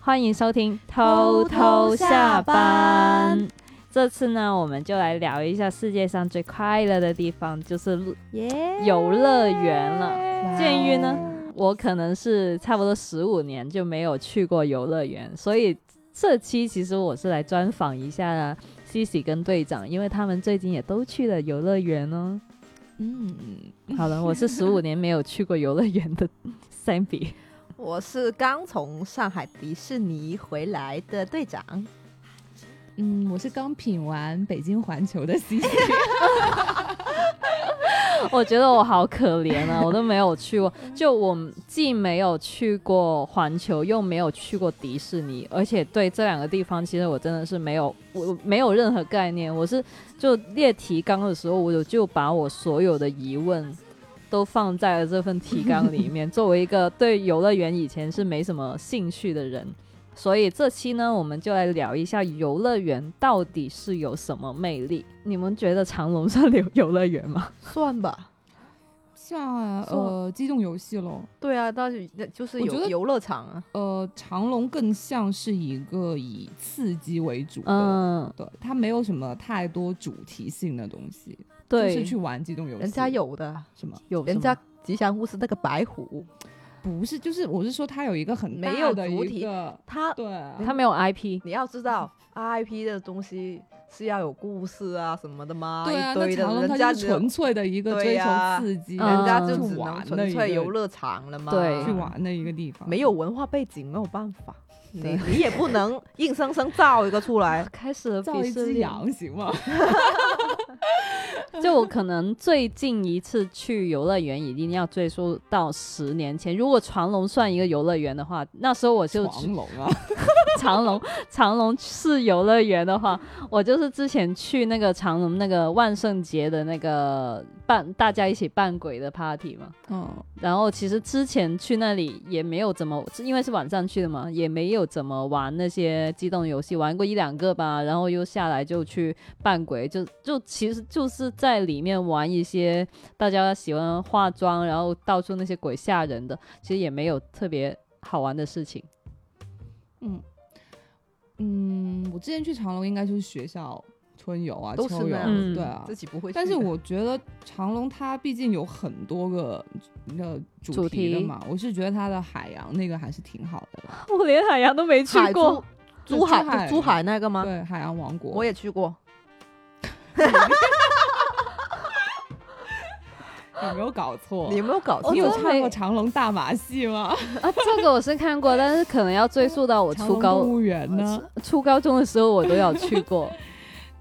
欢迎收听偷偷下偷偷下班班。这次呢，我们就来聊一下世界上最快乐的地方，就是路耶、游乐园了。哇建议呢哦？我可能是差不多十五年就没有去过游乐园，所以这期其实我是来专访一下西西跟队长，因为他们最近也都去了游乐园哦。嗯，好了，我是十五年没有去过游乐园的 Sammy。我是刚从上海迪士尼回来的队长。嗯，我是刚品完北京环球的西西，我觉得我好可怜啊，我都没有去过。就我既没有去过环球，又没有去过迪士尼，而且对这两个地方，其实我真的是没有，我没有任何概念。我是就列提纲的时候，我就把我所有的疑问。都放在了这份提纲里面。 作为一个对游乐园以前是没什么兴趣的人，所以这期呢，我们就来聊一下游乐园到底是有什么魅力。你们觉得长隆算游游乐园吗？ 算吧，像啊算呃机动游戏咯，对啊，但是那就是我觉游得游乐场啊，呃长隆更像是一个以刺激为主的，嗯，对，它没有什么太多主题性的东西，对，就是去玩机动游戏，人家有的，什么？有什人么家吉祥物是那个白虎，不是，就是我是说它有一个很没大有的主一体个，它对，啊他没有 IP，你要知道，IP 的东西是要有故事啊什么的吗？对一啊，那堆的，长隆人它家就只是有纯粹的一个对追求呀刺激，嗯人家就只去能玩纯的一粹个游乐场了嘛，对去玩的一个地方，没有文化背景没有办法，对。你 你也不能硬生生造一个出来开始了造鄙一视只链。羊行吗？就我可能最近一次去游乐园，一定要追溯到十年前。如果长隆算一个游乐园的话，那时候我就 长隆 啊，长隆长隆市游乐园的话，我就是之前去那个长隆那个万圣节的那个扮大家一起扮鬼的 party 嘛。嗯，然后其实之前去那里也没有怎么，因为是晚上去的嘛，也没有怎么玩那些机动游戏，玩过一两个吧，然后又下来就去扮鬼，就就其实就是在里面玩一些大家喜欢化妆，然后到处那些鬼吓人的，其实也没有特别好玩的事情。 嗯，嗯，我之前去长隆应该就是学校春游啊、都是秋游，那嗯样子对啊自。己不会去的，但是我觉得长隆它毕竟有很多个呃主主题的题嘛，我是觉得它的海洋那个还是挺好的 啦。我连海洋都没去海过珠，珠海珠海海珠海那个吗？对，海洋王国我也去过，有没有搞错？你有没有搞错？你我有真看没过长隆大马 戏吗？啊，这个我是看过，但是可能要追溯到我长初 隆高动物园呢？初高中的时候，我都有去过。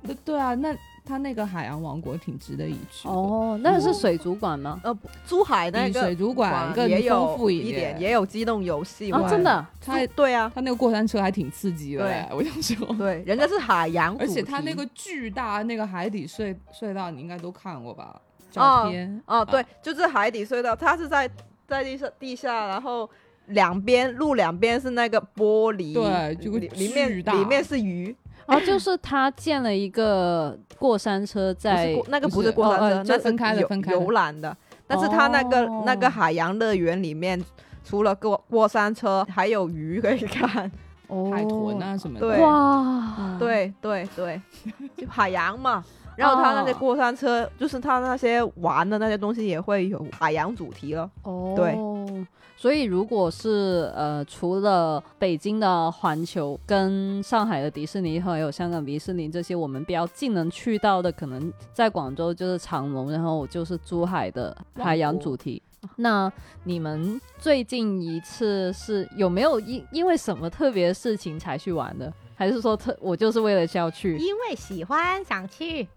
那对啊，那它那个海洋王国挺值得一去 的。哦，那是水族馆吗？呃，不珠海那比个水族馆更也丰有富一点，哦也有机动游戏啊，玩真的啊。它对啊，它那个过山车还挺刺激的对嘞，我想说。对，人家是海洋主而题，且它那个巨大那个海底隧隧道，你应该都看过吧？哦照片哦，对，就是海底隧道，它是在在地下地下，然后两边路两边是那个玻璃，对就个里里面巨大里面是鱼， 哦，就是他建了一个过山车不是在过那个不不是是过山哦车，哦那就是分开的游分开的游览的，但是它那个、哦那个海洋乐园里面。除了过过山车，还有鱼可以看。哦海豚啊什么的。对哇，嗯，对对对，就海洋嘛。然后它那些哦过山车，就是它那些玩的那些东西也会有海洋主题了。哦，对。所以，如果是呃，除了北京的环球、跟上海的迪士尼，还有香港迪士尼这些，我们比较近能去到的，可能在广州就是长隆，然后就是珠海的海洋主题。啊那你们最近一次是有没有因因为什么特别事情才去玩的？还是说特我就是为了要去？因为喜欢想去，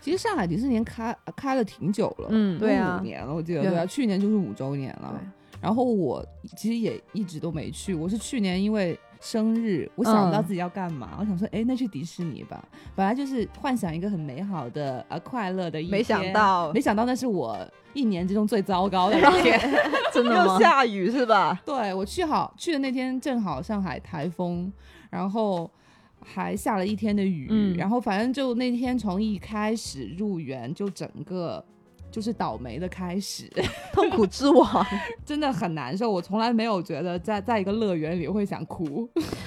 其实上海迪士尼开开了挺久了，嗯对啊五年了，我记得对对啊，去年就是五周年了。然后我其实也一直都没去，我是去年因为生日，我想不到嗯自己要干嘛，我想说，哎，那去迪士尼吧。本来就是幻想一个很美好的呃快乐的一天，没想到没想到那是我一年之中最糟糕的一天。 真的吗又？下雨是吧？对我去好去的那天正好上海台风，然后还下了一天的雨，嗯然后反正就那天从一开始入园就整个就是倒霉的开始， 痛苦之王。真的很难受。我从来没有觉得在在一个乐园里会想哭。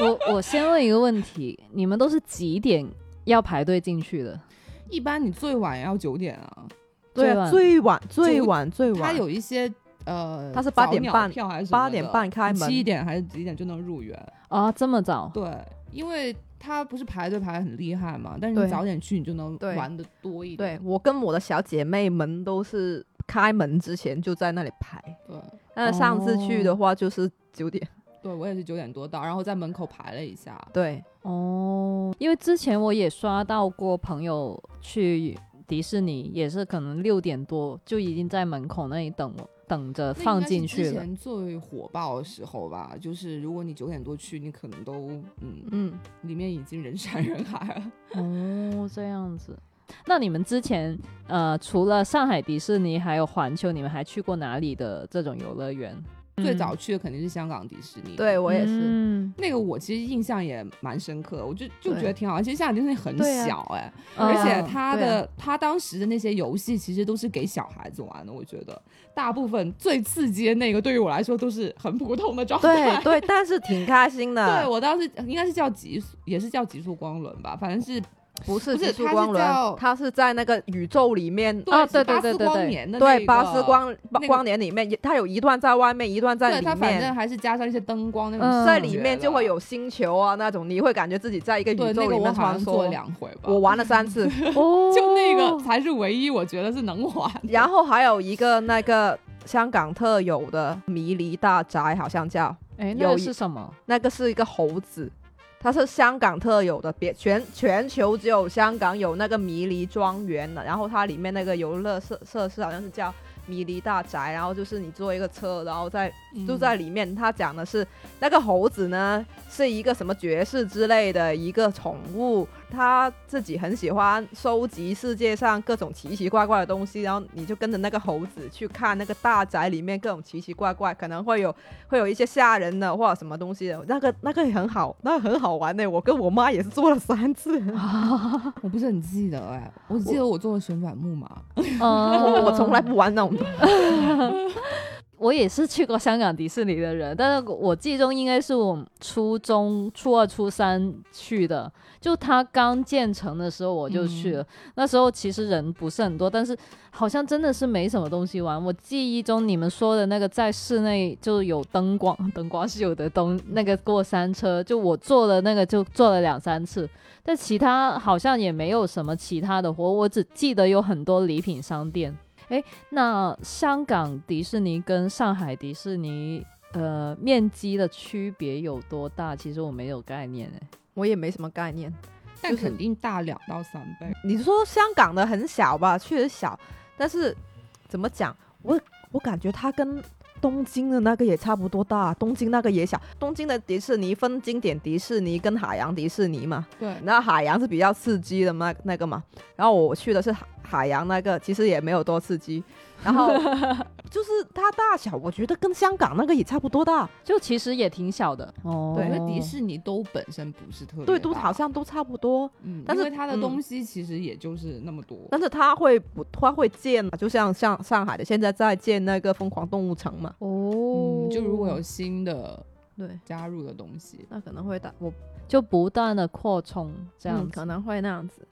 我我先问一个问题，你们都是几点要排队进去的？一般你最晚也要九点啊，对啊，最晚最晚最晚，它有一些呃，它是8点半早鸟票还是什么的八点半开门，七点还是几点就能入园？啊，这么早？对，因为它不是排队排得很厉害嘛，但是对你早点去，你就能对玩的多一对点。我跟我的小姐妹们都是开门之前就在那里排。对对那上次去哦的话就是九点，对，我也是九点多到，然后在门口排了一下。对，哦，因为之前我也刷到过朋友去迪士尼，也是可能六点多就已经在门口那里等我，等着那应放该是进去之了。前最火爆的时候吧，就是如果你九点多去，你可能都嗯，嗯，里面已经人山人海 了。哦，这样子。那你们之前呃，除了上海迪士尼，还有环球，你们还去过哪里的这种游乐园？最嗯早去的肯定是香港迪士尼，对我也是，嗯那个我其实印象也蛮深刻，我就就对觉得挺好玩。其实香港迪士尼很对啊小哎、嗯而且嗯它对的、它当时的那些游戏其实都是给小孩子玩的，我觉得大部分最刺激的那个对于我来说都是很普通的状态。对对，但是挺开心对的，我当时应该是叫极速，也是叫极速光轮吧，反正是不是不极是速它是光轮叫，它是在那个宇宙里面。哦啊对是对巴对斯对光对年的那对，个巴斯光那个光年里面，也它有一段在外面，一段在对里它反正面，还是加上一些灯光那种嗯视觉的，在里面就会有星球啊那种，你会感觉自己在一个宇对宙那个里我面好穿像做了梭。两回吧，我玩了三 次，哦，就那个才是唯一我觉得是能玩的。然后还有一个那个香港特有的迷离大宅，好像叫哎，那个有一是什么？那个是一个猴子，它是香港特有的，别全全球只有香港有那个迷离庄园的。然后它里面那个游乐设设施好像是叫迷离大宅，然后就是你坐一个车，然后在就在里面。它讲的是那个猴子呢是一个什么爵士之类的一个宠物，它自己很喜欢收集世界上各种奇奇怪怪的东西，然后你就跟着那个猴子去看那个大宅里面各种奇奇怪怪，可能会有会有一些吓人的或者什么东西的，那个那个也很好，那个很好玩呢、我跟我妈也是做了三次， 我不是很记得哎，我记得我做了旋转木马，嗯，我从来不玩那种东西。 我也是去过香港迪士尼的人，但是我记忆中应该是我初中初二、初三去的，就它刚建成的时候我就去嗯了。那时候其实人不是很多，但是好像真的是没什么东西玩。我记忆中你们说的那个在室内就有灯光， 灯光是有的灯，那个过山车，就我坐的那个就坐了两三次， 但其他好像也没有什么其他的活，我只记得有很多礼品商店。那香港迪士尼跟上海迪士尼，呃，面积的区别有多大？其实我没有概念欸诶。我也没什么概念。但就是嗯肯定大两到三倍。你说香港的很小吧，确实小，但是怎么讲，我我感觉它跟东京的那个也差不多大，东京那个也小。东京的迪士尼分经典迪士尼跟海洋迪士尼嘛，对，那海洋是比较刺激的嘛，那个嘛。然后我去的是海海洋那个，其实也没有多刺激。然后 就是它大小，我觉得跟香港那个也差不多大，就其实也挺小的哦我觉得迪士尼都本身不是特别对，都大好，像都差不多。嗯，但因是为它的嗯东西其实也就是那么多。但是它会不，它会建，就像像上海的现在在建那个疯狂动物城嘛。哦、嗯，就如果有新的对，加入的东西，那可能会大，我就不断的扩充这这样样、子。可能会那样子。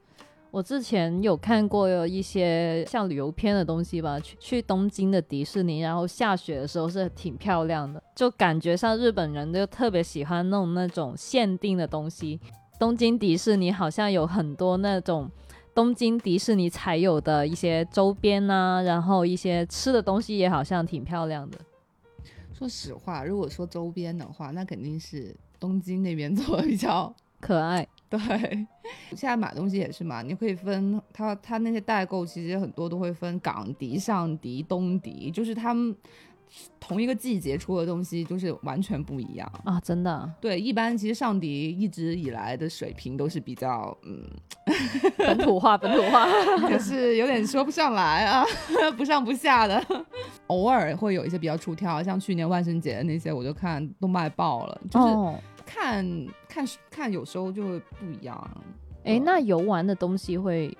我之前有看过有一些像旅游片的东西吧，去去东京的迪士尼，然后下雪的时候是挺漂亮的，就感觉上日本人就特别喜欢弄那种限定的东西。东京迪士尼好像有很多那种东京迪士尼才有的一些周边呐、然后一些吃的东西也好像挺漂亮的。说实话，如果说周边的话，那肯定是东京那边 做的比较可爱，对，现在买东西也是嘛，你可以分它，它那些代购其实很多都会分港迪、上迪、东迪，就是他们同一个季节出的东西就是完全不一样。啊，真的啊对，一般其实上迪一直以来的水平都是比较，嗯，本土化，本土化。就是有点说不上来啊， 不上不下的。偶尔会有一些比较出挑，像去年万圣节的那些，我就看都卖爆了，就是哦，看、看看有时候就会不一样。哎，嗯那游玩的东西会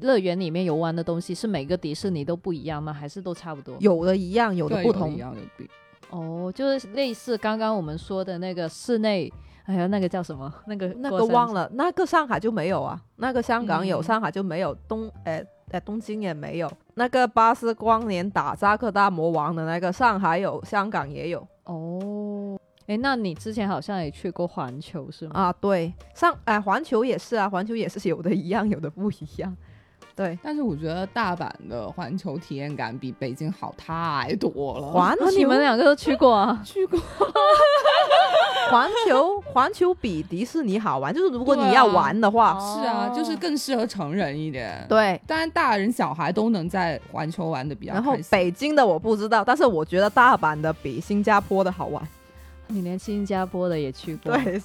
乐园里面游玩的东西是每个迪士尼都不一样吗？还是都差不多？ 有的一样，有的对不的同一。样有不一哦，就是类似刚刚我们说的那个室内，哎呀，那个叫什么？ 那个那过个山忘车了，那个上海就没有啊，那个香港有，嗯上海就没有，东诶诶东京也没有。那个巴斯光年打扎克大魔王的那个，上海有，香港也有哦。哎，那你之前好像也去过环球是吗？啊。对，上哎、环球也是啊，环球也是有的一样，有的不一样。对，但是我觉得大阪的环球体验感比北京好太多了。环啊，你球们两个都去过 啊？去过，环球环球比迪士尼好玩，就是如果对你要啊玩的话，是啊，就是哦更适合成人一点。，对。当然大人小孩都能在环球玩的比较然后开心。北京的我不知道，但是我觉得大阪的比新加坡的好玩。你连新加坡的也去过？，对，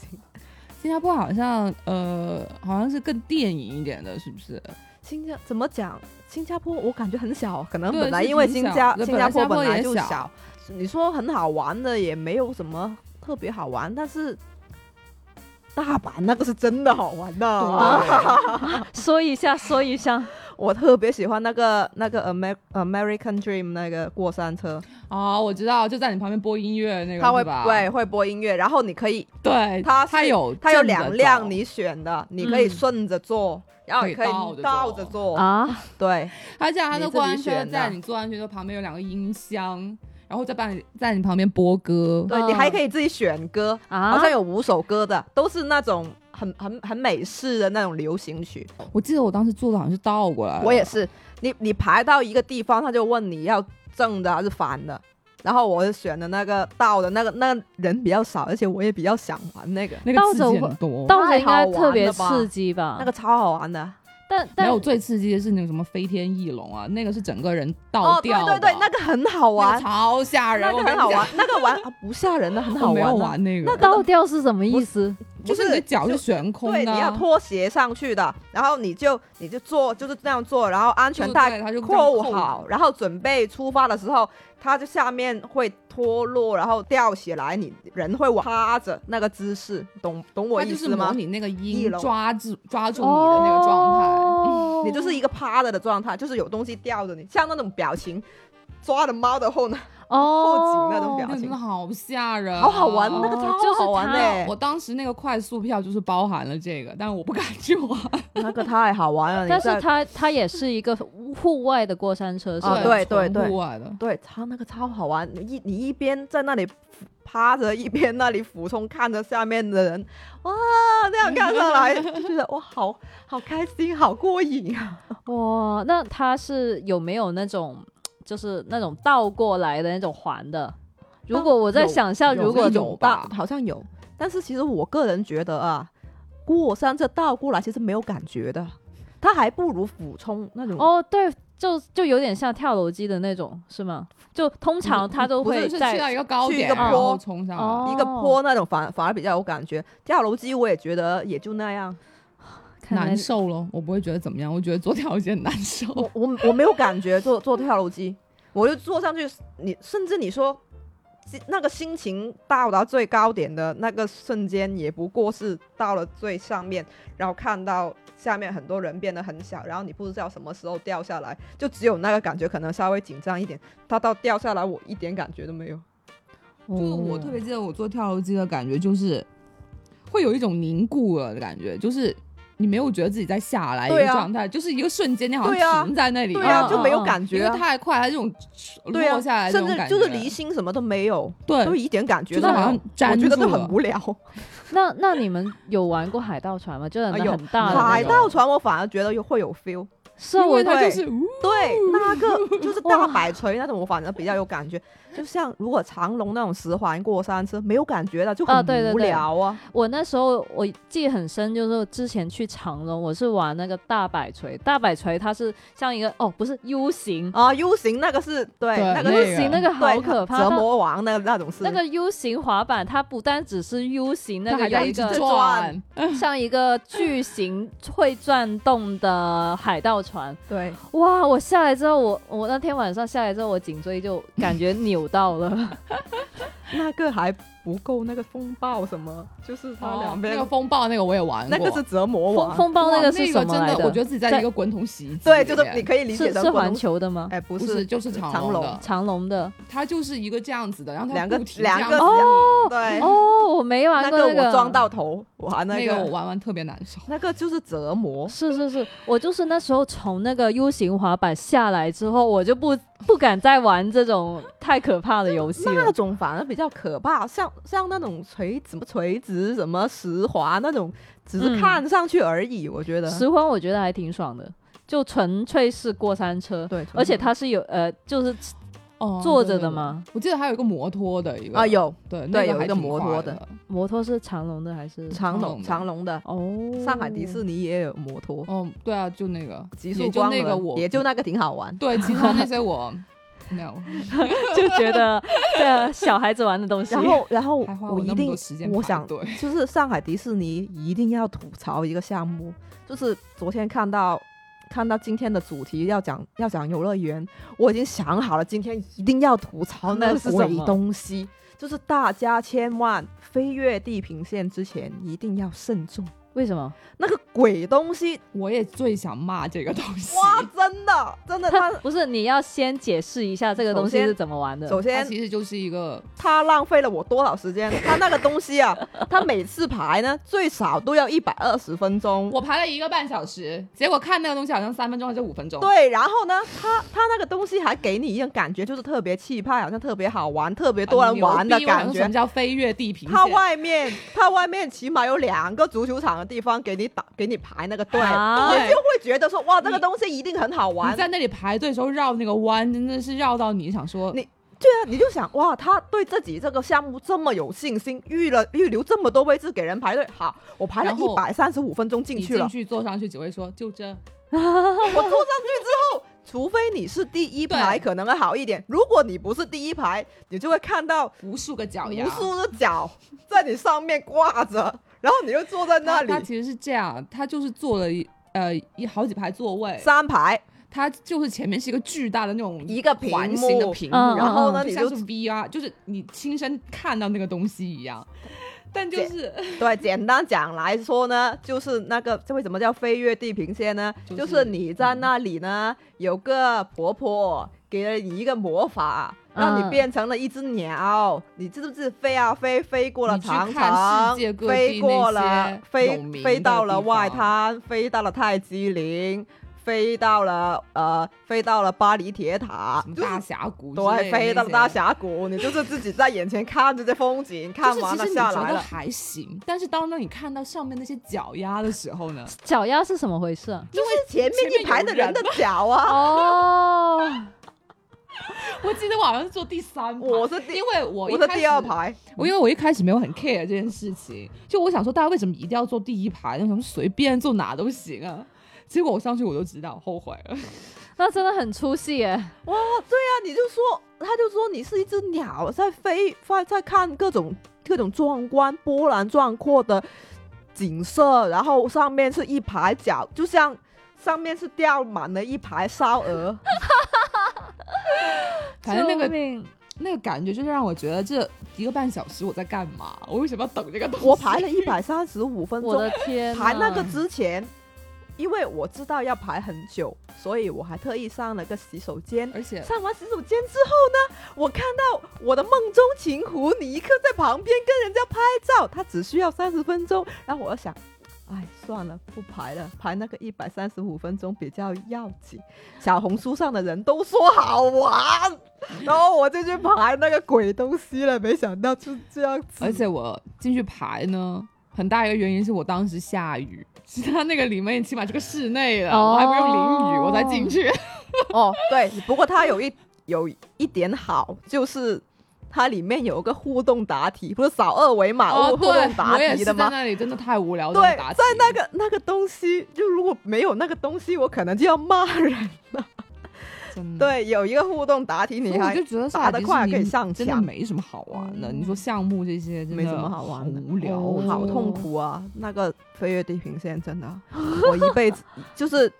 新加坡好像呃，好像是更电影一点的，是不是？新加怎么讲？新加坡我感觉很小，可能对本来是因为挺新小加的新本加来坡新加坡本来也就小小，你说很好玩的也没有什么特别好玩，但是大阪那个是真的好玩的啊。 说一下，说一下。我特别喜欢那个那个 Amer American Dream 那个过山车，哦，我知道，就在你旁边播音乐那个，它会是吧？对会播音乐，然后你可以对，它它是有它有正着两辆走你选的，你可以嗯顺着坐，然后可也以可倒以着倒坐着坐， 啊，对，而且它你的自己过山车选的在你坐上去的旁边有两个音箱，然后在把你在你旁边播歌。对你还嗯可以自己选歌，啊好像有五首歌的，都是那种很很很美式的那种流行曲。我记得我当时坐的好像是倒过来的，我也是，你你排到一个地方，他就问你要正的还是反的。然后我就选的那个倒的那个，那个人比较少，而且我也比较想玩那个，那个倒刺着激会很多。倒着应该特别太好玩了吧刺激吧？啊那个超好玩的。但没但有最刺激的是那个什么飞天翼龙啊，那个是整个人哦倒，对掉的、对对，那个很好那玩个，超吓人，那我个跟很你好讲玩，，那个玩啊不吓人的，很好我没有玩啊。玩那个，倒吊是什么意思？就是你的脚是悬空的啊，对，你要脱鞋上去的，然后你就你就做就是这样做，然后安全带对它就这样扣扣好，然后准备出发的时候，它就下面会脱落，然后掉起来，你人会往趴着那个姿势，懂懂我啊它意就是思模吗？拟那个翼鹰龙抓住抓住你的那个状态。 哦你就是一个趴着的状态，就是有东西吊着你，像那种表情。抓着猫的 后呢，哦后颈那种表那个真情的，好吓人，啊好好玩，那个哦超好玩欸就是嘞我，当时那个快速票就是包含了这个，但我不敢去玩。那个太好玩了。你但是在它它也是一个户外的过山车，是哦吧？啊对对纯对户外的，对，超那个超好玩，你一你一边在那里俯趴着，一边那里俯冲看着下面的人，哇，这样看上 来就觉得哇，好好开心，好过瘾啊！哇，那它是有没有那种就是那种倒过来的那种环的？如果我在有想象，有如果有有吧好像有，但是其实我个人觉得啊，过山车倒过来其实没有感觉的，它还不如俯冲那种。哦，对，就就有点像跳楼机的那种，是吗？就通常它都不是会是去到在一个高去一点，个然坡后冲上来。哦一个坡那种反反而比较有感觉，跳楼机我也觉得也就那样，看来难受咯，我不会觉得怎么样，我觉得做跳楼机很难受。我我我没有感觉坐坐跳楼机，我就坐上去，你甚至你说心那个心情到达最高点的那个瞬间，也不过是到了最上面，然后看到下面很多人变得很小，然后你不知道什么时候掉下来，就只有那个感觉，可能稍微紧张一点。它到掉下来，我一点感觉都没有。哦就是嗯我特别记得我做跳楼机的感觉，就是会有一种凝固了的感觉，就是你没有觉得自己在下来一对个啊状态，就是一个瞬间你好对啊像停在那里了，对啊，嗯就没有嗯感觉哦因为啊、太快了，这种对啊落下来的这甚种至感觉，就是离心什么都没有，对都一点感觉就都是没好像有。我粘觉得住就了很无聊。那那你们有玩过海盗船吗？就是哎啊那有很大的那海种盗船我反而觉得又会有 feel。是啊，因为我它对就是呜对，那 个就是嗯哇大摆锤那种，我反正比较有感觉。就像如果长龙那种十环过山车，没有感觉的就啊很对对无对聊啊。我那时候我记得很深，就是之前去长隆，我是玩那个大摆锤，大摆锤它是像一个哦，不是 U 型啊，U 型那个是对，哦对那个，U 是那型那个好对可怕，折它磨王那个那种是那个 U 型滑板，它不但只是 U 型，那它个还有在一一直个转， 像一个巨型会转动的海盗船，对，哇！我下来之后，我我那天晚上下来之后，我颈椎就感觉扭到了，那个还不够那个风暴什么，就是它哦两那边、个风暴那个我也玩那过，个是折磨我风啊。风暴那 哇那是什么真来的？我觉得自己在在一个滚筒洗衣机，对，就是你。可以理解是成是滚环筒球的吗？哎，不不是是，就是长长龙龙的，长隆的它就是一个这样子的，然后它两个不停两这个样哦子哎对，哦，我没玩那过那我撞到头，我还那那个我个玩完特别难受。那个就是折磨。是是是，我就是那时候从那个 U 型滑板下来之后，我就不不敢再玩这种太可怕的游戏那了。种反而比较可怕，像像那种垂什么垂直什么石滑那种，只是嗯看上去而已。我觉得拾荒我觉得还挺爽的，嗯就纯粹是过山车，对，而且它是有呃，就是哦，坐对着的？对对吗？我记得还有一个摩托的一个啊，有对对那有一还个挺摩快托的的。摩托是长龙的还是？长长龙龙的长龙的，哦，上海迪士尼也有摩托，哦，对啊，就那个极也速就光那个轮我也就那个挺好玩。对，其他那些我 no 就觉得对啊小孩子玩的东西。然后然后还花 我我一那么定多时间我排想队就是上海迪士尼一定要吐槽一个项目，就是昨天看到看到今天的主题要讲要讲游乐园，我已经想好了，今天一定要吐槽那那是什个鬼么东西，就是大家千万飞越地平线之前一定要慎重，为什么？那个鬼东西，我也最想骂这个东西。哇，真的真的它。不是你要先解释一下这个东西首先是怎么玩的？首它先，其实就是一个他浪费了我多少时间？他那个东西啊，他每次排呢最少都要一百二十分钟。我排了一个半小时，结果看那个东西好像三分钟还是五分钟。对，然后呢，他他那个东西还给你一种感觉，就是特别气派，好像特别好玩，特别很多人牛玩的逼我想感说觉什么。叫飞跃地平它线？外面， 它外面起码有两个足球场的地方给你打，给你排那个队，啊你就会觉得说，哇，这个你东西一定很好玩你。在那里排队的时候绕那个弯，真的是绕到你想说你对啊，你就想，哇，他对自己这个项目这么有信心，预了预留这么多位置给人排队。好，我排了然一后百三十五分钟进你去了进，去坐上去只会说就这。我坐上去之后，除非你是第一排，对可能还好一点。如果你不是第一排，你就会看到无数个脚丫，无数的脚在你上面挂着，然后你就坐在那它它里其实是这样，它就是坐了一呃一好几排座位，三排，它就是前面是一个巨大的那种一个屏环形的幕屏嗯幕，然后嗯呢，就你像就是 VR，就是你亲身看到那个东西一样。但就是对，简单讲来说呢，就是那个这为什么叫飞越地平线呢？就嗯就是是、你在那里呢，有个婆婆给了你一个魔法，让嗯你变成了一只鸟，你是不是飞啊飞，飞过了你去长看世城界，各地飞过那了些有飞名飞的到地了外方滩，飞到了泰姬陵。飞到了呃，飞到了巴黎铁塔什么，就大是峡谷之类的那些，对，飞到了大峡谷，你就是自己在眼前看这些风景，看完了就是其实下你来觉得了。还行，但是当当你看到上面那些脚丫的时候呢， 脚丫是什么回事啊？就是前前面一面排有的人人的脚 啊，哦，我记得我好像是坐第三排，我是第因为我一我的开第始二，排，我因为我一开始没有很 care 这件事情，就我想说大家为什么一定要坐第一排，那什么随便坐哪都行啊。结果我上去我就知道后悔了，那真的很出戏耶！哇，对啊，你就说，他就说你是一只鸟在飞，在在看各种各种壮观、波澜壮阔的景色，然后上面是一排脚，就像上面是吊满了一排 烧鹅，反正那救个命那个感觉就是让我觉得这一个半小时我在干嘛？我为什么要等这个东西？我排了一百三十五分我钟的，天呐，排那个之前。因为我知道要排很久，所以我还特意上了个洗手间，而且上完洗手间之后呢，我看到我的梦中情湖尼克在旁边跟人家拍照，他只需要三十分钟。然后我就想，哎，算了，不排了，排那个一百三十五分钟比较要紧。小红书上的人都说好 玩，然后我就去排那个鬼东西了，没想到就这样子。而且我进去排呢，很大一个原因是我当时下雨，其他那个里面起码是个室内的，哦我还不用淋雨我才进去。哦，对，不过它有一有一点好，就是它里面有一个互动答题，不是扫二维码、哦，互对，动答我也题是的在吗？哦那里真的太无聊，对，打在那个那个东西，就如果没有那个东西，我可能就要骂人。真的。对，有一个互动答题，嗯所你以我还就觉得打哎萨得迪快士尼可以上真的墙没什么好玩的。你说项目这些真没的什么好玩的无聊，哦好痛苦啊！那个飞越地平线真的，我一辈 子就是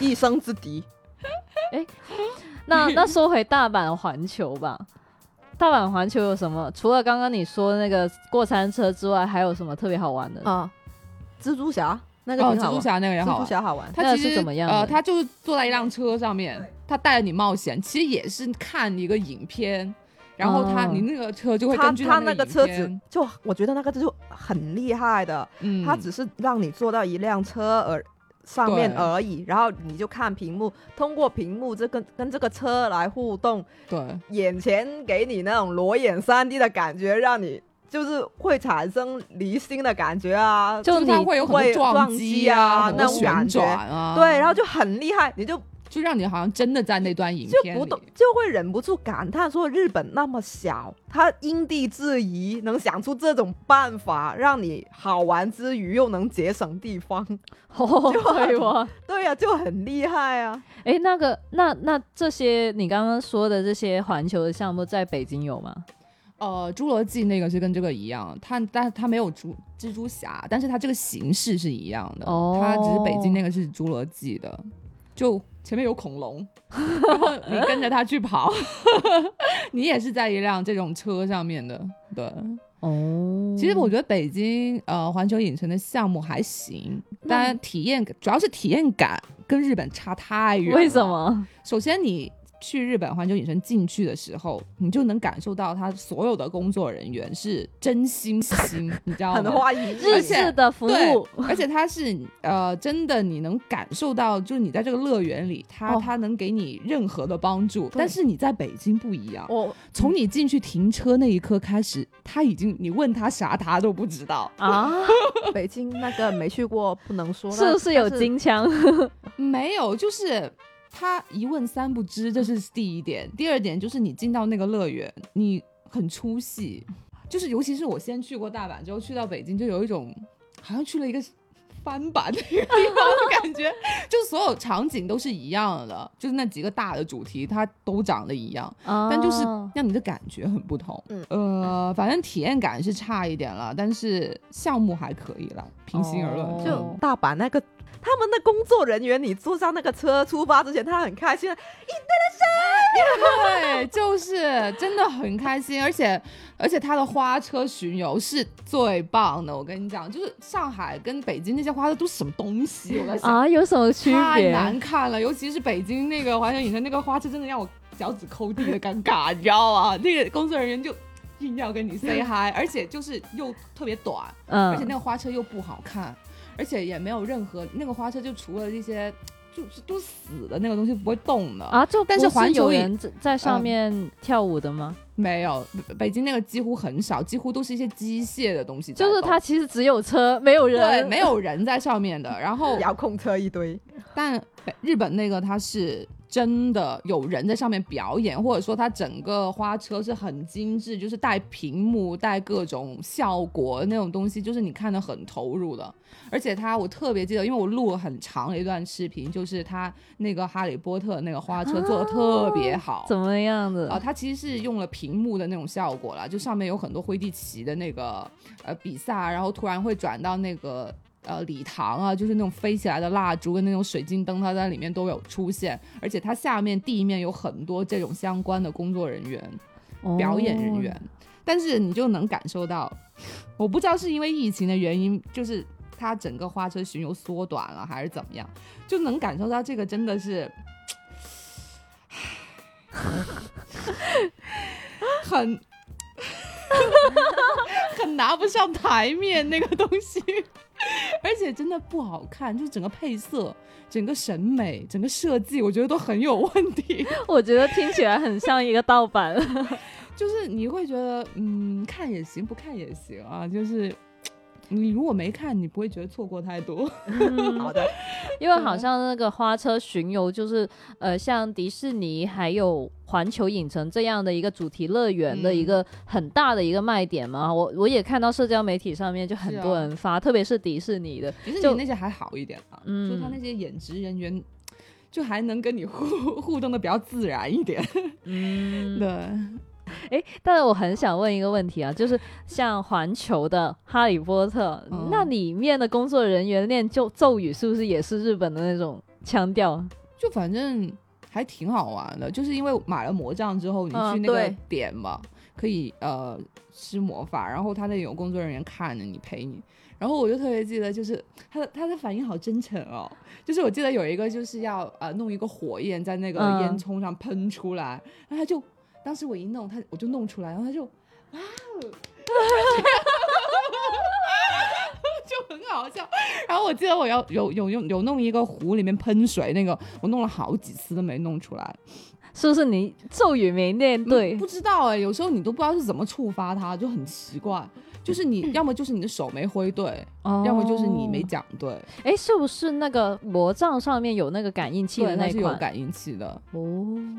一生之敌。 那那说回大阪环球吧，大阪环球有什么？除了刚刚你说那个过山车之外，还有什么特别好玩的？啊，蜘蛛侠那个哦，挺好蜘蛛玩，侠那个人好蜘蛛玩。侠好玩，他那其实是怎么样呃，的他就是坐在一辆车上面，他带着你冒险，其实也是看一个影片，然后他、哦你那个车就会嗯他根据他那个影车子片，就我觉得那个就很厉害的，嗯，它只是让你坐到一辆车而上面对而已，然后你就看屏幕，通过屏幕这跟跟这个车来互动，对眼前给你那种裸眼三 D 的感觉，让你就是会产生离心的感觉啊，就就是它你会 有很多会撞撞击击啊很那多种感旋觉转啊，对，然后就很厉害，你就就让你好像真的在那段影就片不里懂，就会忍不住感叹说：日本那么小，它因地制宜，能想出这种办法，让你好玩之余又能节省地方。哦，对 哦，对呀、就很厉害啊！哎，那个，那那这些你刚刚说的这些环球的项目，在北京有吗？呃，侏罗纪那个是跟这个一样，它但它没有蜘蜘蛛侠，但是它这个形式是一样的。它只是北京那个是侏罗纪的，就前面有恐龙，然后你跟着它去跑， 你也是在一辆这种车上面的。对，哦其实我觉得北京呃环球影城的项目还行，但体验主要是体验感跟日本差太 远。为什？么？首先你去日本环球影城进去的时候，你就能感受到他所有的工作人员是真心心，你知道很吗？花一日日而且式的服对务，，而且他是呃，真的你能感受到，就是你在这个乐园里，他哦他能给你任何的帮助，但是你在北京不一样。我从你进去停车那一刻开始，他已经你问他啥他都不知道，啊， 北京那个没去过，不能说是不是有？金枪？没有，就是他一问三不知，这是第一点。第二点就是你进到那个乐园，你很出戏，就是尤其是我先去过大阪之后，去到北京就有一种好像去了一个翻版的一个地方的感觉，就所有场景都是一样的，就是那几个大的主题它都长得一样，但就是哦让你的感觉很不同。嗯呃，反正体验感是差一点了，但是项目还可以了，平心而论。哦但是嗯就大阪那个。他们的工作人员，你坐上那个车出发之前，他很开心，对，就是真的很开心，而且而且它的花车巡游是最棒的。我跟你讲，就是上海跟北京那些花车都是什么东西？我在想，啊，有什么区太别？难看了，尤其是北京那个环球影城那个花车，真的让我脚趾抠地的尴尬，你知道吗？那个工作人员就硬要跟你 say hi，而且就是又特别短，而且嗯，那个花车又不好看，而且也没有任何那个花车就除了一些。就是都死的那个东西不会动的啊，就但是不是环球有嗯影人在在上面跳舞的吗？没有，北北京那个几乎很少，几乎都是一些机械的东西在就动。是它其实只有车，没有对人，没有人在上面的。然哦后，遥控车一堆，但北日本那个它是真的有人在上面表演，或者说它整个花车是很精致，就是带屏幕、带各种效果那种东西，就是你看得很投入的。而且它，我特别记得，因为我录了很长的一段视频，就是它那个哈利波特那个花车做的特别好。怎么样的啊、？它其实是用了屏幕的那种效果啦，就上面有很多灰地奇的那个呃比萨，然后突然会转到那个呃礼堂啊，就是那种飞起来的蜡烛跟那种水晶灯，它在里面都有出现，而且它下面地面有很多这种相关的工作人员、哦表演人员，但是你就能感受到， 我不知道是因为疫情的原因，就是。它整个花车巡游缩短了，还是怎么样，就能感受到这个真的是 很 很拿不上台面那个东西，而且真的不好看，就是整个配色、整个审美、整个设计，我觉得都很有问题。我觉得听起来很像一个盗版。就是你会觉得，嗯，看也行，不看也行啊，就是。你如果没看，你不会觉得错过太多。嗯 好的， 因为好像那个花车巡游就是呃，像迪士尼还有环球影城这样的一个主题乐园的一个很大的一个卖点嘛。我我也看到社交媒体上面就很是啊多人发，特别是迪士尼的，迪士就尼那些还好一点啊，嗯就他那些演职人员，就还能跟你互 互动的比较自然一点。 嗯，对，诶，但是我很想问一个问题啊，就是像环球的《哈利波特》嗯那里面的工作人员念咒咒语，是不是也是日本的那种腔调？就反正还挺好玩的，就是因为买了魔杖之后，你嗯去那个对点嘛，可以呃施魔法，然后他那里有工作人员看着你陪你。然后我就特别记得，就是他的他的反应好真诚哦，就是我记得有一个就是要呃弄一个火焰在那个嗯烟囱上喷出来，然后他就当时我一弄他我就弄出来，然后他就哇 哦，就很好笑。然后我记得我要有有有有弄一个壶里面喷水那个，我弄了好几次都没弄出来。是不是你咒语没念对嗯不？知道哎、有时候你都不知道是怎么触发它，就很奇怪。就是 你要么就是你的手没挥对，哦要么就是你没讲对。哎，是不是那个魔杖上面有那个感应器对，的它那是有款？感应器的，哦，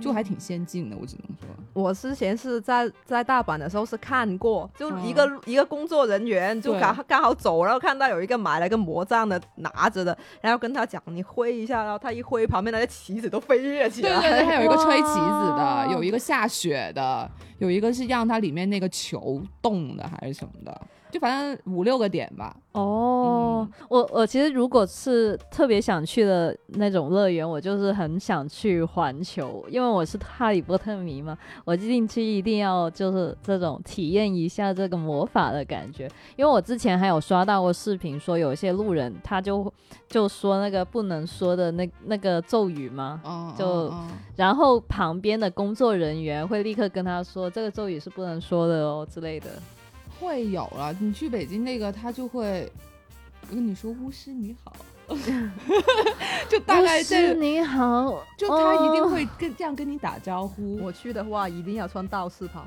就还挺先进的，我只能说。我之前是在在大阪的时候是看过，就一哦个、一个工作人员就对刚刚好走，然后看到有一个买了个魔杖的拿着的，然后跟他讲你挥一下，然后他一挥，旁边那些旗子都飞跃起对来。对 对，它有一个吹旗子哇的，有一个下雪的，有一个是让它里面那个球动的还是什么的，就反正五六个点吧。哦，嗯我我其实如果是特别想去的那种乐园，我就是很想去环球，因为我是哈利波特迷嘛，我进去一定要就是这种体验一下这个魔法的感觉。因为我之前还有刷到过视频，说有一些路人他就就说那个不能说的那那个咒语嘛，嗯，就嗯嗯然后旁边的工作人员会立刻跟他说这个咒语是不能说的哦之类的。会有了。你去北京那个，他就会跟你说“巫师你好”， 就大概是这，你好，就他一定哦会跟这样跟你打招呼。我去的话一定要穿道士袍，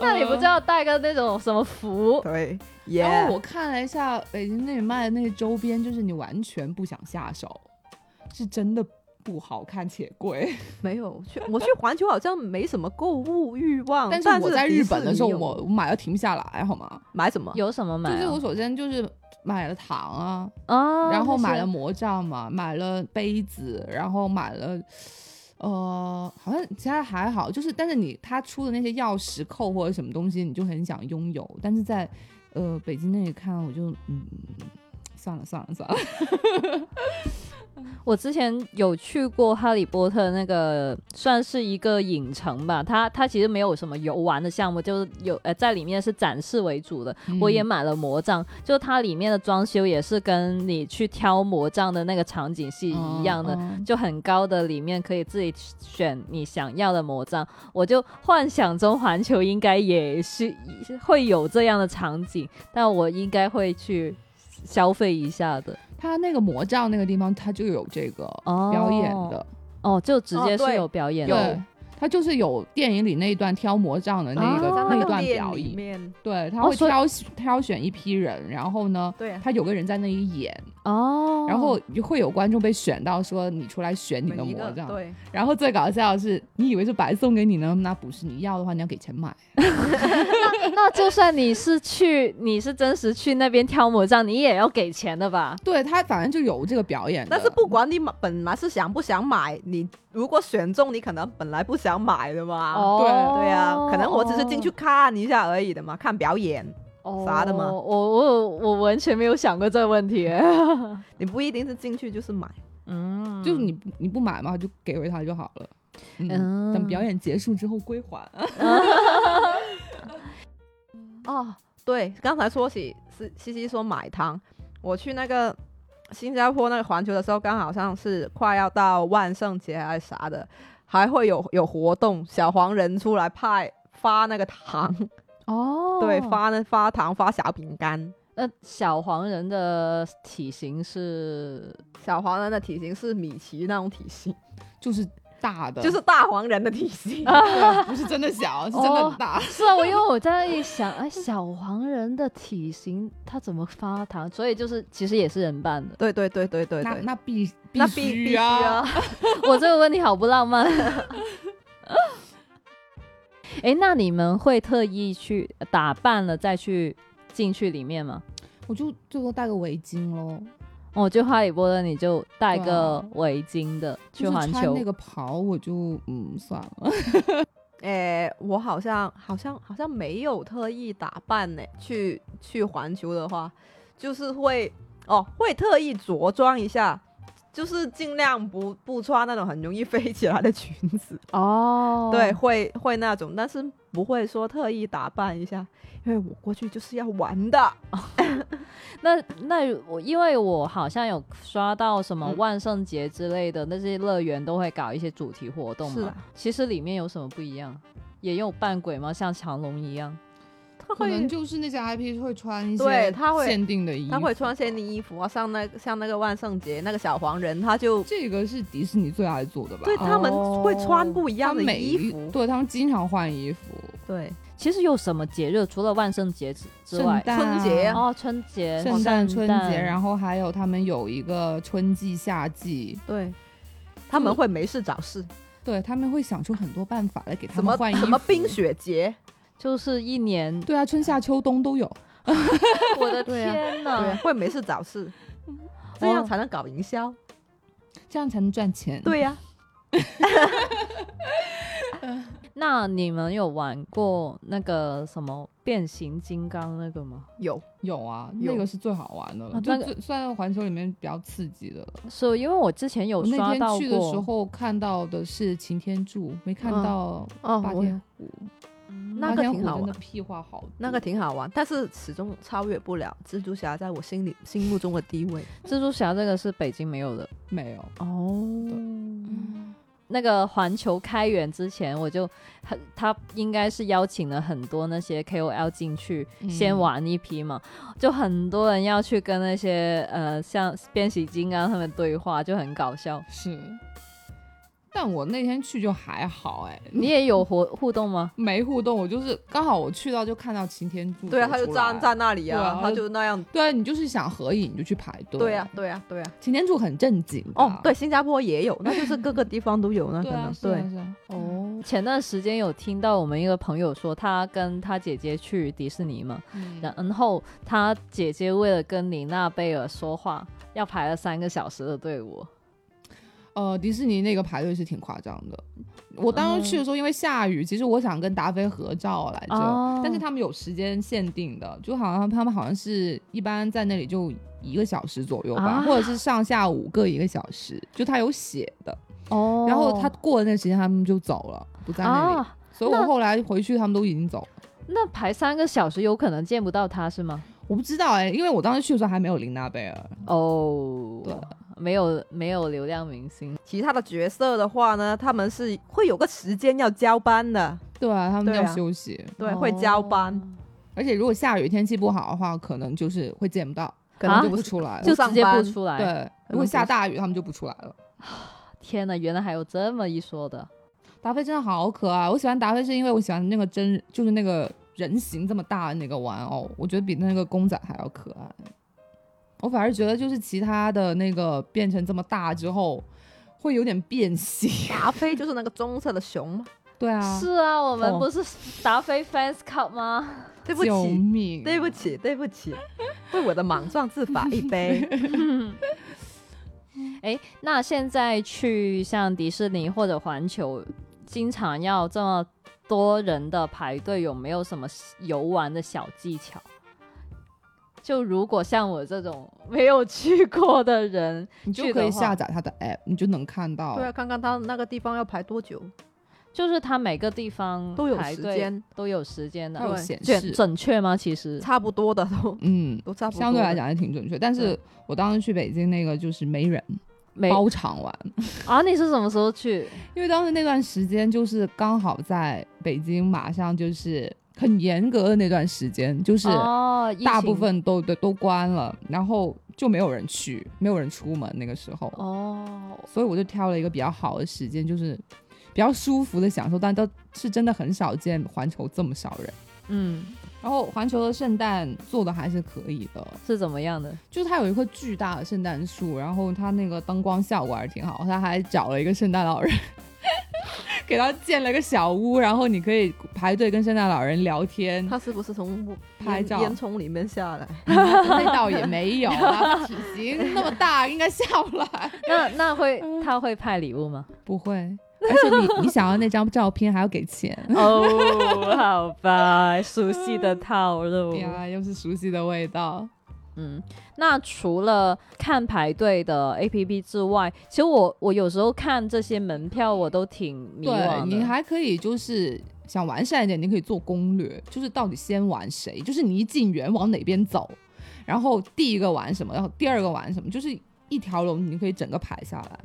那你不就嗯要带个那种什么服？对，然耶、后我看了一下北京那里卖的那些周边，就是你完全不想下手，是真的不好看且贵。没有去，我去环球好像没什么购物欲望，但但是我在日本的时候，迪士尼有我我买了停不下来，好吗？买什么？有什么买就是啊我？首先就是买了糖啊，啊然后买了那些魔杖嘛，买了杯子，然后买了，呃，好像其他还好，就是但是你他出的那些钥匙扣或者什么东西，你就很想拥有，但是在呃北京那里看，我就嗯。算了算了算了，我之前有去过哈利波特那个，算是一个影城吧。它它其实没有什么游玩的项目，就是有呃在里面是展示为主的。嗯我也买了魔杖，就它里面的装修也是跟你去挑魔杖的那个场景是一样的，嗯嗯就很高的里面可以自己选你想要的魔杖。我就幻想中环球应该也是会有这样的场景，但我应该会去消费一下的。他那个魔杖那个地方，他就有这个表演的，哦，就直接哦是对有表演的。对，他就是有电影里那一段挑魔杖的那个、哦那一啊个段店表里演，面，对，他哦会所以挑、挑选一批人，然后呢，对啊，他有个人在那里演，哦，然后会有观众被选到说你出来选你的每一魔个杖，对，然后最搞笑的是，你以为是白送给你呢，那不是，你要的话你要给钱买。 那就算你是去，你是真实去那边挑魔杖，你也要给钱的吧？对他反正就有这个表演的，但是不管你买本来是想不想买，你如果选中，你可能本来不想买的嘛。哦，对啊，可能我只是进去看一下而已的嘛，看表演，哦啥的吗我我我完全没有想过这个问题。你不一定是进去就是买。嗯，就是你不你不买嘛，就给回他就好了。嗯，嗯等表演结束之后归还。哦，对，刚才说起是西西说买汤，我去那个新加坡那个环球的时候，刚好像是快要到万圣节还是啥的，还会有有活动，小黄人出来派发那个糖，哦，对，发那发糖发小饼干。那小黄人的体型是小黄人的体型是米奇那种体型，就是大的，就是大黄人的体 型。 对不是真的小，是真的哦很大。是啊，我因为我在那里想，哎，小黄人的体型他怎么发糖？所以就是其实也是人扮的。对对对对对那对，那必那必必须须啊！啊！我这个问题好不浪漫。 哎，那你们会特意去打扮了再去进去里面吗？我就最多戴个围巾喽，哦，就哈利波特你就戴对啊个围巾的、就去是环穿球那个袍，我就嗯算了。诶、我好像好像好像没有特意打扮呢、去去环球的话，就是会哦会特意着装一下，就是尽量不不穿那种很容易 飞起来的裙子，哦，对，，会会那种，但是不会说特意打扮一下，因为我过去就是要玩的。那那我因为我好像有刷到什么嗯万圣节之类的，那些乐园都会搞一些主题活动嘛。是啊其实里面有什么不一样？也有扮鬼吗？像长龙一样？他可能会就是那些 IP 会穿一些对他会限定的衣服，他会穿仙女衣服啊，像那像那个万圣节那个小黄人，他就这个是迪士尼最爱做的吧？对哦他们会穿不一他样的每衣一服，对他们经常换衣服，对其实有什么节日除了万圣节之之圣外？诞春节啊哦，春节、圣诞、春节，后然后还有他们有一个春季、夏季，对，他们会没事找事，对他们会想出很多办法来给他什们么换衣服。什么冰？雪节，就是一年，对啊，春夏秋冬都有。我的对啊天对嗯呐，，会没事找事，这样才能搞营销。哦这样才能赚钱。，对呀、那你们有玩过那个什么变形金刚那个吗？有有啊，有那个是最好玩的了，啊就那个最算是环球里面比较刺激的了。是因为我之前有我刷那到天过，去的时候看到的是擎天柱，没看嗯到哦霸我天虎。那霸个天挺虎好真的玩屁话好多，那个挺好玩，但是始终超越不了蜘蛛侠在我心里心目中的地位。蜘蛛侠这个是北京没有的 没有。哦。嗯那个环球开园之前，我就他他应该是邀请了很多那些 KOL 进去嗯先玩一批嘛，就很多人要去跟那些呃像变形金刚他们对话，就很搞笑。是，但我那天去就还好哎，你也有活互动吗？没互动，我就是刚好我去到就看到擎天柱走出来，对啊，他就站在那里对啊啊，他就那样。对啊，你就是想合影你就去排队，对呀、，对呀、啊对呀、擎天柱很正经的哦，对，，新加坡也有，那就是各 个地方都有那可对啊能。，是啊对，是啊，哦，前段时间有听到我们一个朋友说，他跟他姐姐去迪士尼嘛，嗯然后他姐姐为了跟玲娜贝尔说话，要排了三个小时的队伍。呃，迪士尼那个排队是挺夸张的。我当时去嗯的时候，因为下雨，其实我想跟达菲合照来着，哦但是他们有时间限定的，就好像他们好像是一般在那里就一个小时左右吧，啊或者是上下五个一个小时，就他有写的。哦然后他过了那时间，他们就走了，不在那里。啊，所以我那后来回去，他们都已经走了。那排三个小时有可能见不到他是吗？我不知道哎、因为我当时去的时候还没有琳娜贝尔。哦，对，没有没有流量明星，其他的角色的话呢，他们是会有个时间要交班的，对啊，他们对要啊休息，对，会交班，而且如果下雨天气不好的话，可能就是会见不到，可啊能就就不不出来了。就上直接不班出来。对，如能果不下是大雨，他们就不出来了。天呐，原来还有这么一说的。达菲真的好可爱，我喜欢达菲是因为我喜欢那个真，就是那个人形这么大的那个玩偶，我觉得比那个公仔还要可爱。我反而觉得就是其他的那个变成这么大之后，会有点变形。达菲就是那个棕色的熊嘛。对啊，是啊，我们哦不是达菲 fans club 吗？ 对不救起，命！啊对不起，对不 起，为我的莽撞自罚一杯。哎，那现在去像迪士尼或者环球，经常要这么多人的排队，有没有什么游玩的小技巧？就如果像我这种没有去过的人，你就去可的以话下载它的 app，你就能看到。对啊，看看他那个地方要排多久，就是他每个地方都有排时队间，都有时间它有的，对显准示。准确吗？其实差不多的都嗯，都差不多。相对来，讲还挺准确。但是对我当时去北京那个就是没人，没包场玩。啊？你是什么时候去？因为当时那段时间就是刚好在北京，马上就是很严格的那段时间，就是哦，疫大部情分都都都关了，然后就没有人去，没有人出门那个时候，哦，所以我就挑了一个比较好的时间，就是比较舒服的享受，但都是真的很少见环球这么少人。嗯，然后环球的圣诞做的还是可以的，是怎么样的？就是它有一棵巨大的圣诞树，然后它那个灯光效果还是挺好，它还找了一个圣诞老人， 给他建了个小屋，然后你可以排队跟圣诞老人聊天。他是不是从烟拍照烟囱里面下来？那倒也没有啊，体型那么大，应该下不来。那那 会嗯他会派礼物吗？不会，而且你你想要那张照片还要给 钱。哦嗯哦，好吧，熟悉的套路啊呀，又是熟悉的味道。嗯，那除了看排队的 A P P 之外，其实我我有时候看这些门票，我都挺迷对惘你的。还可以就是想完善一点，你可以做攻略，就是到底先玩谁，就是你一进园往哪边走，然后第一个玩什么，然后第二个玩什么，就是一条龙，你可以整个排下来。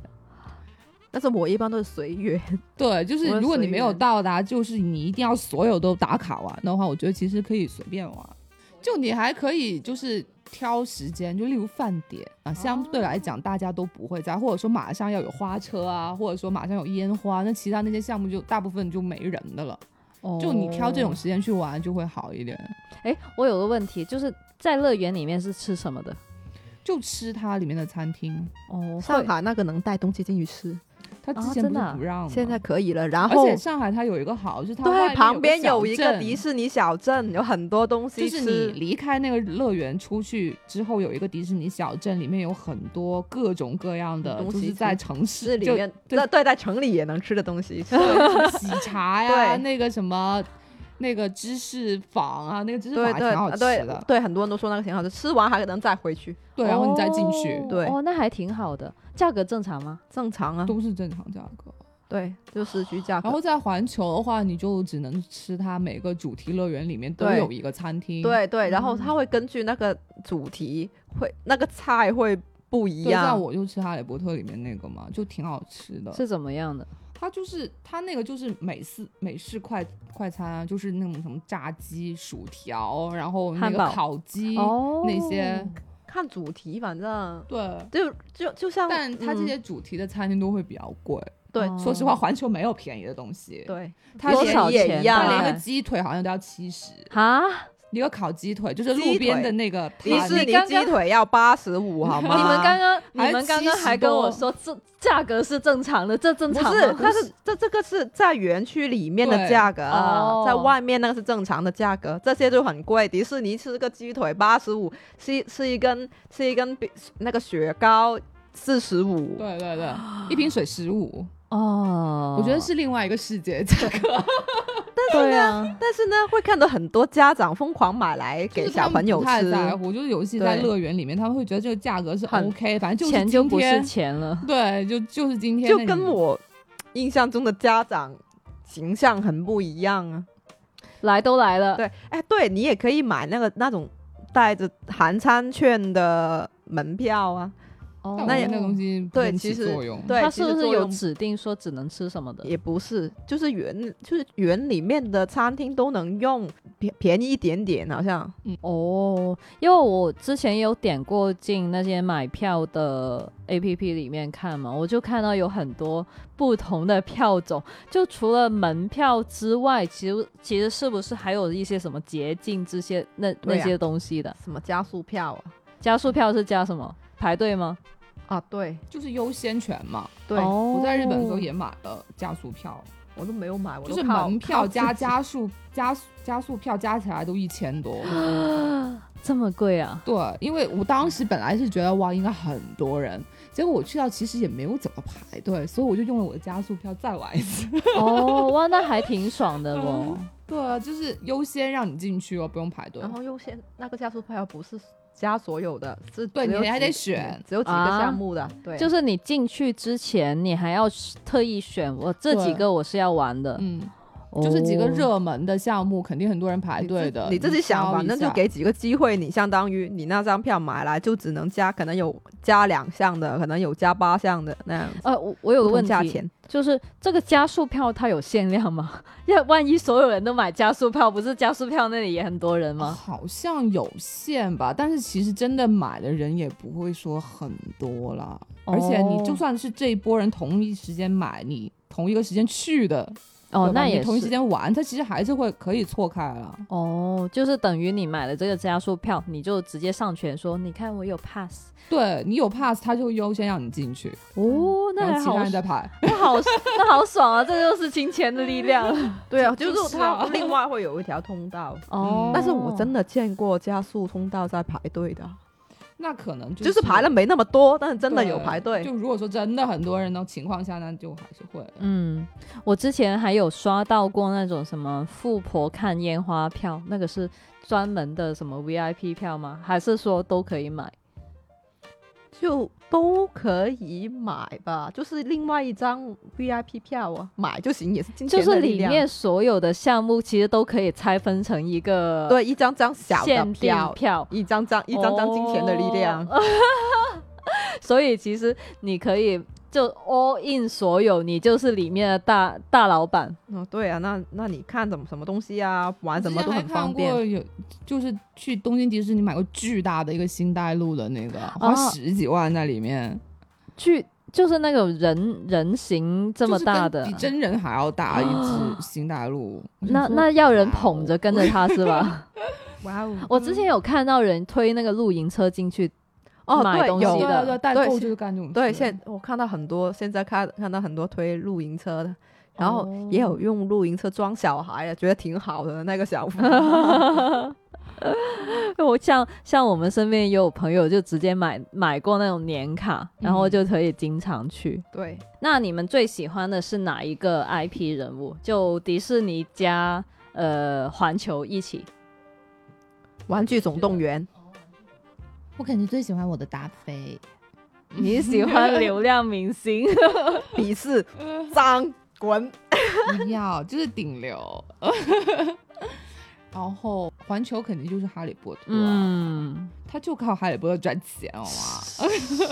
但是我一般都是随缘，对，就是我是如果你随没有缘到达，就是你一定要所有都打卡完的话，我觉得其实可以随便玩。就你还可以就是挑时间，就例如饭点啊，相对来讲大家都不会在，或者说马上要有花车啊，或者说马上有烟花，那其他那些项目就大部分就没人的了。就你挑哦这种时间去玩就会好一点。哎，哦我有个问题，就是在乐园里面是吃什么的？就吃它里面的餐厅，哦，上海那个能带东西进去吃，它之啊前真不的是啊不让吗？现在可以了。然哦而后且上海它有一个好是它外面对，旁边有小一个镇迪士尼小镇，有很多东就西是吃。你离开那个乐园出去之后，有一个迪士尼小镇，里面有很多各种各样的，东就西是吃在城市是里面，对对对，在城里也能吃的东西。就对什么喜茶呀，对那个什么那个芝士坊啊，那个芝士对坊还对挺好啊吃对的，对，很多人都说那个挺好吃，吃完还能再回去，对，然后你再进去哦对哦，那还挺好的，价格正常吗？正常啊。都是正常价格。对，就市区价格然。后在环球的话，你就只能吃它每个主题乐园里面都对有一个餐厅，对对，嗯然后它会根据那个主题，会那个菜会不一对，像样。我就吃哈利波特里面那个嘛，就挺好吃的。是怎么样的？它就是它那个就是美式美式快快餐啊，就是那种什么炸鸡、薯条，然后那汉个堡烤鸡、哦，那些。看主题，反正对，就就就像，但它这嗯些主题的餐厅都会比较贵。对哦说实话，环球没有便宜的东西，对它多连少也钱一样它大啊连概？ 个鸡腿好像都要七十，啊，一个烤鸡腿就是鸡路腿边的那个迪摊士尼刚鸡刚腿要八十五，好你吗？们刚刚你还们刚刚70还跟我多说这价格是正常的，这正不常吗是，但是这这个是在园区里面的对价格，哦在外面那个是正常的价格，这些就很贵。迪士尼吃个鸡腿八十五，是一是一根是一根比那个雪糕四十五，对对对，啊一瓶水十五，哦，我觉得是另外一个世界价格。对啊，但是呢，会看到很多家长疯狂买来就给是小他们朋不友太吃，在乎，就是尤其在对乐园里面，他们会觉得这个价格是很 OK，反正就是钱就今不是天，钱了。对，就就是今天，就那跟你我印象中的家长形象很不一样啊。来都来呃了，对，哎，对你也可以买那个那种带着含餐券的门票啊。哦但，那我也觉得那东西不对能其起实作用，对他其是不实是作有用指定说只能吃什呃么的？也不是，就是园就是园里面的餐厅都能用，便便宜一点点，好像哦，因为我之前有点过进那些买票的 A P P 里面看嘛，我就看到有很多不同的票种，就除了门票之外，其实其实是不是还有一些什么捷径这些那、对那啊呀些东西呃的？什么加速票啊加速票是加什么？排队吗？啊，对就是优先权嘛。对，哦、我在日本的时候也买了加速票，我都没有买，我就都是靠门靠票自加己加速加速加速票加起来都一千多。啊这么贵 啊！对，因为我当时本来是觉得哇，应该很多人，结果我去到其实也没有怎么排队，所以我就用了我的加速票再玩一次。哦，哇，那还挺爽的哦。嗯对啊，就是优先让你进去哦，不用排队。然后优先那个加速票不是加所有的，是对只有你还几得选只有几个啊项目的，对，就是是你进去之前，你还要特意选我这几对个我是要玩的，哦嗯，就是几个热门的项目，肯定很多人排队的。哦你自己想，挑反一正就下给几个机会，你相当于你那张票买来就只能加，可能有加两项的，可能有加八项的那样子，呃，我我有个不同问价题，钱就是这个加速票它有限量吗？ 要万一所有人都买加速票，不是加速票那里也很多人吗？好像有限吧，但是其实真的买的人也不会说很多啦。哦而且你就算是这一波人同一时间买，你同一个时间去的，哦对，吧那你也同一时是间玩，它其实还是会可以错开了。哦，就是等于你买了这个加速票，你就直接上权说，你看我有 pass 对你有 pass，它就会优先让你进去，哦，那然还后其好他，人再排。那好， 那好爽啊！这就是金钱的力 量对啊，就就是是啊嗯它另外会 有一条通道，哦。但是我真的的见过加速通道在排队的，那可能就就是排了没那么多，但是真的有对排队。就如果说真的很多人的情况下，那就还是会。嗯，我之前还有刷到过那种什么富婆看烟花票，那个是专门的什么 VIP 票吗？还是说都可以买？就都可以买吧，就是另外一张 VIP 票啊，买就行，也是金钱就的是力里量面所有的项目其实都可以拆分成一个对一张张小的限定票，票，一张张一张张金钱的力量。哦所以其实你可以就 all in 所有，你就是里面的大大老板。哦，对啊，那那你看怎么什么东西啊，玩什么都之很前还方看便。过有，就是去东京迪士尼买过巨大的一个星黛露的那个，花啊十几万在里面，去就是那种人人形这么大的就是跟比，真人还要大啊一只星黛露。那那要人捧哦着跟着他是 吧？哇哦，我之前有看到人推那个露营车进去，哦买对东有西对的啊对啊，代购就是干这种事。对，现我看到很多，现在看看到很多推露营车的，然后哦也有用露营车装小孩啊的，觉得挺好的那个小伙。 我像像我们身边也有朋友就直接买买过那种年卡，然后嗯就可以经常去。对，那你们最喜欢的是哪一个 IP 人物？就迪士尼加呃环球一起。玩具总 动员，我感觉最喜欢我的达菲。你喜欢流量明星？ 鄙视，脏，滚。不要， 就是 顶流。然后环球肯定就是哈利波特，嗯，嗯，他就靠哈利波特赚钱，好吗？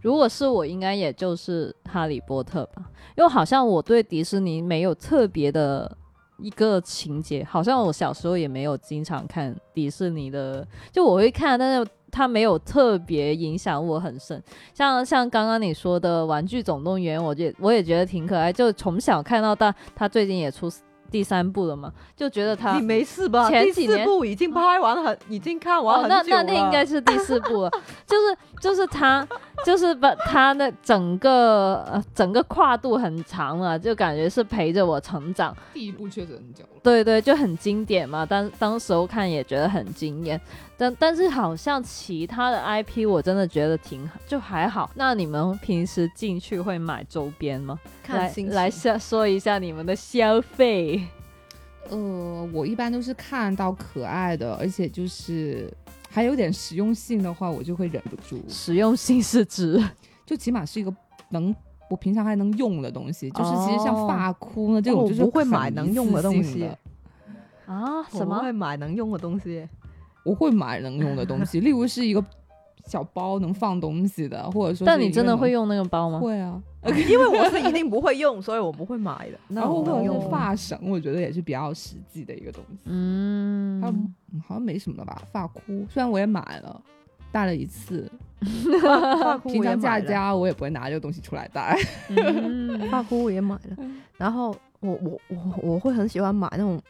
如果是我，应该也就是哈利波特吧，因为好像我对迪士尼没有特别的一个情节，好像我小时候也没有经常看迪士尼的，就我会看，但是它没有特别影响我很深。像像刚刚你说的《玩具总动员》，我觉我也觉得挺可爱，就从小看到大，它最近也出第三部了嘛，就觉得它你没事吧？啊前第几四年部已经拍完很，已经看完哦，很那久啊那了。那应该是第四部了，就是就是他就是把他的整个呃整个跨度很长了，就感觉是陪着我成长。第一部确实很久了。对对，就很经典嘛，当当时候看也觉得很惊艳，但但是好像其他的 IP 我真的觉得挺好，就还好。那你们平时进去会买周边吗？看来心情来下说一下你们的消费。呃，我一般都是看到可爱的，而且就是还有点实用性的话，我就会忍不住，实用性是指就起码是一个能。我平常还能用的东西，就是其实哦像发箍呢这哦种，我就是不会很买一能用的次东性西的啊我什不么会买能用的 东西。我会买能用 的东西，例如是一个小包能放东西的，或者说。但你真的会？用那个包吗？会啊，哦因为我是一定不会用，所以我不会买 的。那然后我或哦能者用啊是吗发绳，我觉得也是比较实际的一个东西。嗯还有、嗯好像没什么了吧，发箍，虽然我也买了，戴了一次，发箍平我也常买在了，家我也不会拿这个东西出来 戴。嗯发箍我也买了。然后我我我我会很喜欢买那种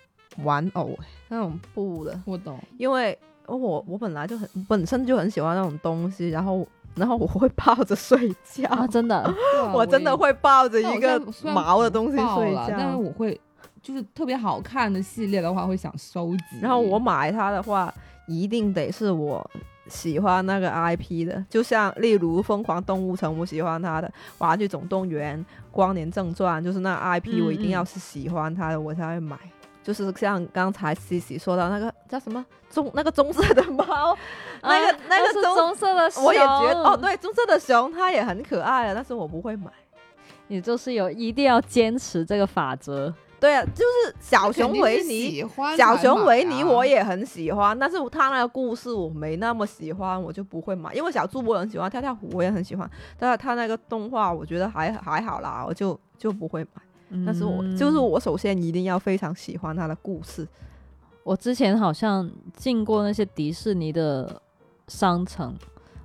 玩偶，那种布的，我 懂，因为我我本来就很本身就很喜欢那种东西，然后然后我会抱着睡觉， 啊，真的，我真的会抱着一个但我虽然毛的东西爆睡了，但是觉。我会就是特别好看的系列的话，会想收集。然后我买它的话，一定得是我喜欢那个 IP 的，就像例如《疯狂动物城》，我喜欢它的《玩具总动员》《光年正传》，就是那 IP 嗯我一定要是喜欢它的，我才会买。就是像刚才西西说到那个叫什么棕那个棕色的猫， 那个啊那个是棕棕色的，我也觉得哦，，对，棕色的熊它也很可爱啊的，但是我不会买。你就是有一定要坚持这个法则，对啊，就是小熊维尼，喜欢啊小熊维尼我也。也很喜欢，但是他那个故事我没那么喜欢，我就不会买。因为小猪我很喜欢，跳跳虎我也很喜欢，但是他那个动画我觉得还还好啦，我就就不会买。但是我、就是嗯我首先一定要非常喜欢他的故事，我之前好像进过那些迪士尼的商城。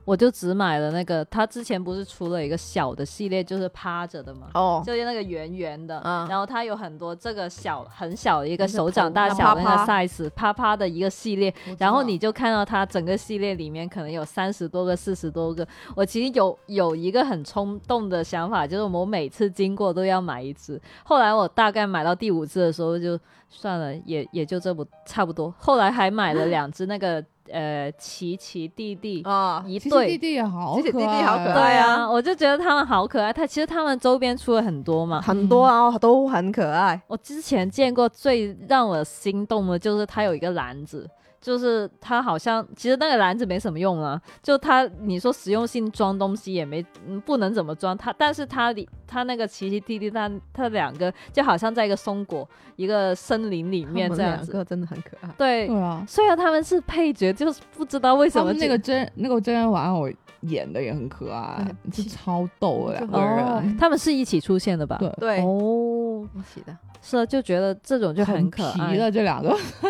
我就只买了那个，他之前不是出了一个小的系列，就是趴着的嘛，哦，就是那个圆圆的，嗯然后它有很多这个小很小的一个那个手掌头大那小的那啪个 size 啪啪的一个系列，然后你就就看到它整个系列里面可能有三十多个、四十多个。我其实有有一个很冲动的想法，就是我每次经过都要买一只。后来我大概买到第五只的时候就算了，也也就这不差不多。后来还买了两只那个呃奇奇弟弟啊，一其实对弟弟也好其实可弟弟好可对爱啊，啊我就觉得他们好可爱。他其实他们周边出了很多嘛。很多啊，都很可爱。我之前见过最让我心动的就是他有一个篮子，就是他好像其实那个篮子没什么用啊，就他你说实用性装东西也没、嗯、不能怎么装他，但是他里他那个奇奇弟弟他他两个就好像在一个松果一个森林里面他们这样两子，个真的很可爱。对。对啊，虽然他们是配角，就是不知道为什他么们那就个真那个真人玩偶演的也很可哎爱，就超逗的两个哦人，，他们是一起出现的吧？对，对，哦，一起的。是啊，就觉得这种就很可皮爱。的这两个，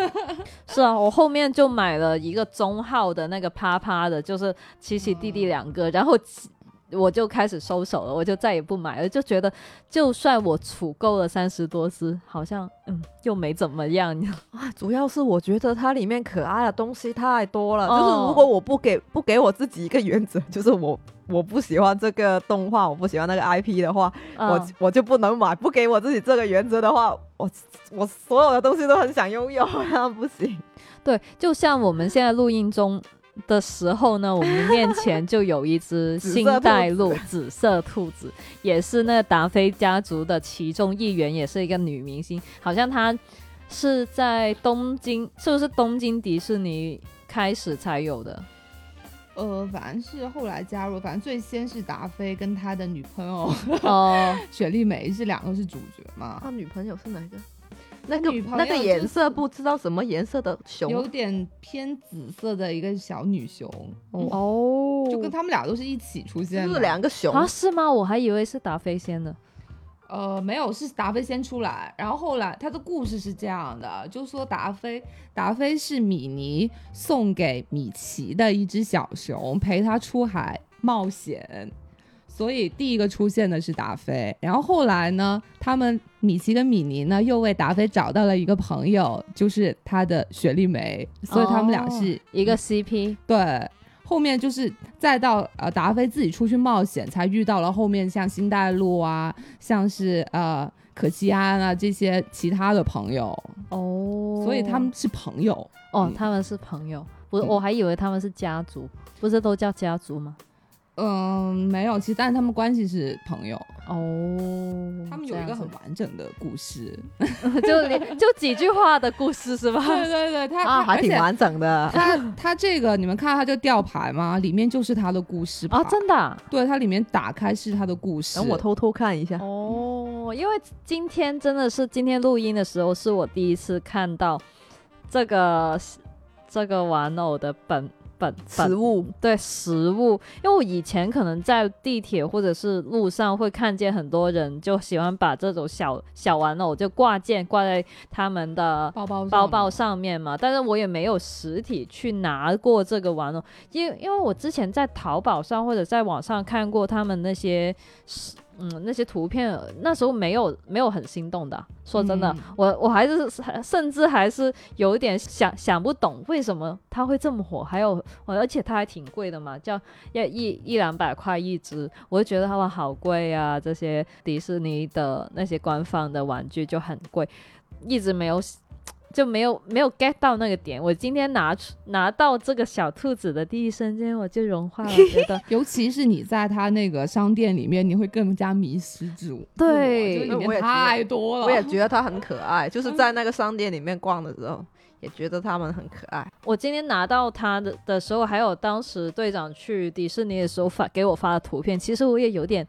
是啊，我后面就买了一个中号的那个啪啪的，就是奇奇弟弟两个，然后其我就开始收手了，我就再也不买了，就觉得就算我储够了三十多只，好像嗯又没怎么样。啊，主要是我觉得它里面可爱的东西太多了，就是哦如果我不给不给我自己一个原则，就是我 我不喜欢这个动画，我不喜欢那个 IP 的话，我嗯我就不能买。不给我自己这个原则的话，我我所有的东西都很想拥有，那不行。对，就像我们现在录音中。的时候呢，我们面前就有一只 紫新色兔带子路紫色兔子，也是那达菲家族的其中一员，也是一个女明星，好像她是在东京，是不是东京迪士尼开始才有的？呃，反正是后来加入，反正最先是达菲跟他的女朋友哦，雪莉梅这两个是主角嘛，他啊女朋友是哪个？那个女朋友那个就颜色不知道什么颜色的有熊点偏紫色的一个小女熊， 哦就跟他们俩都是一起出现就的，是两个熊啊，是吗？我还以为是达菲先的。呃，没有，是达菲先出来，然后后来他的故事是这样的，就说达菲，达菲是米妮送给米奇的一只小熊，陪他出海冒险，所以第一个出现的是达菲。然后后来呢，他们米奇跟米妮呢又为达菲找到了一个朋友，就是他的雪莉梅，所以他们俩哦是一嗯个 CP，对，后面就是再到呃达菲自己出去冒险，才遇到了后面像新大陆啊，像是呃可西安啊这些其他的朋友，哦所以他们是朋友。哦嗯，他们是朋友，我嗯我还以为他们是家族，不是都叫家族吗？嗯，没有，其实但是他们关系是朋友，哦，他们嗯这有一样个子很完整的故事。 就连就几句话的故事是吧？对对对，他啊，他还挺而且完整的。他他这个你们看他这个吊牌吗？里面就是他的故事啊，牌真的啊、对，它里面打开是他的故事。等我偷偷看一下，哦，因为今天真的是今天录音的时候，是我第一次看到这个这个玩偶的本本食本物对食物，因为我以前可能在地铁或者是路上会看见很多人就喜欢把这种小小玩偶就挂件挂在他们的包包包包上上面嘛，但是我也没有实体去拿过这个玩偶，因因为我之前在淘宝上或者在网上看过他们那些，嗯，那些图片，那时候没有没有很心动的啊。说真的，嗯我我还是甚至还是有一点想想不懂为什么它会这么火，还有而且它还挺贵的嘛，叫要一一两百块一只，我就觉得它们好贵啊，这些迪士尼的那些官方的玩具就很贵，一直没有。就没有没有 get 到那个点。我今天拿出拿到这个小兔子的第一瞬间，我就融化了，觉得尤其是你在他那个商店里面，你会更加迷失自我，对自我就里我也觉得面太哦多了。我也觉得它很可爱，嗯就是在那个商店里面逛的时候，也觉得它们很可爱。我今天拿到它的的时候，还有当时队长去迪士尼的时候发给我发的图片，其实我也有点、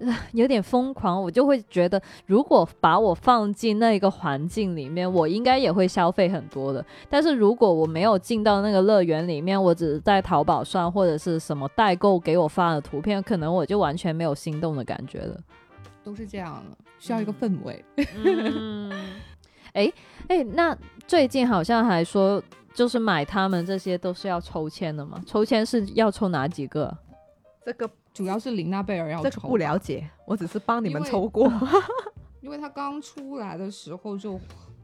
呃有点疯狂，我就会觉得，如果把我放进那个环境里面，我应该也会消费很多的。但是如果我没有进到那个乐园里面，我只是在淘宝上或者是什么代购给我发的图片，可能我就完全没有心动的感觉了。都是这样的，需要一个氛围。嗯， 哎哎，那最近好像还说，就是买他们这些都是要抽签的嘛？抽签是要抽哪几个？这个主要是琳娜贝尔要这个抽，不了解，我只是帮你们因为 抽过。因为他刚出来的时候就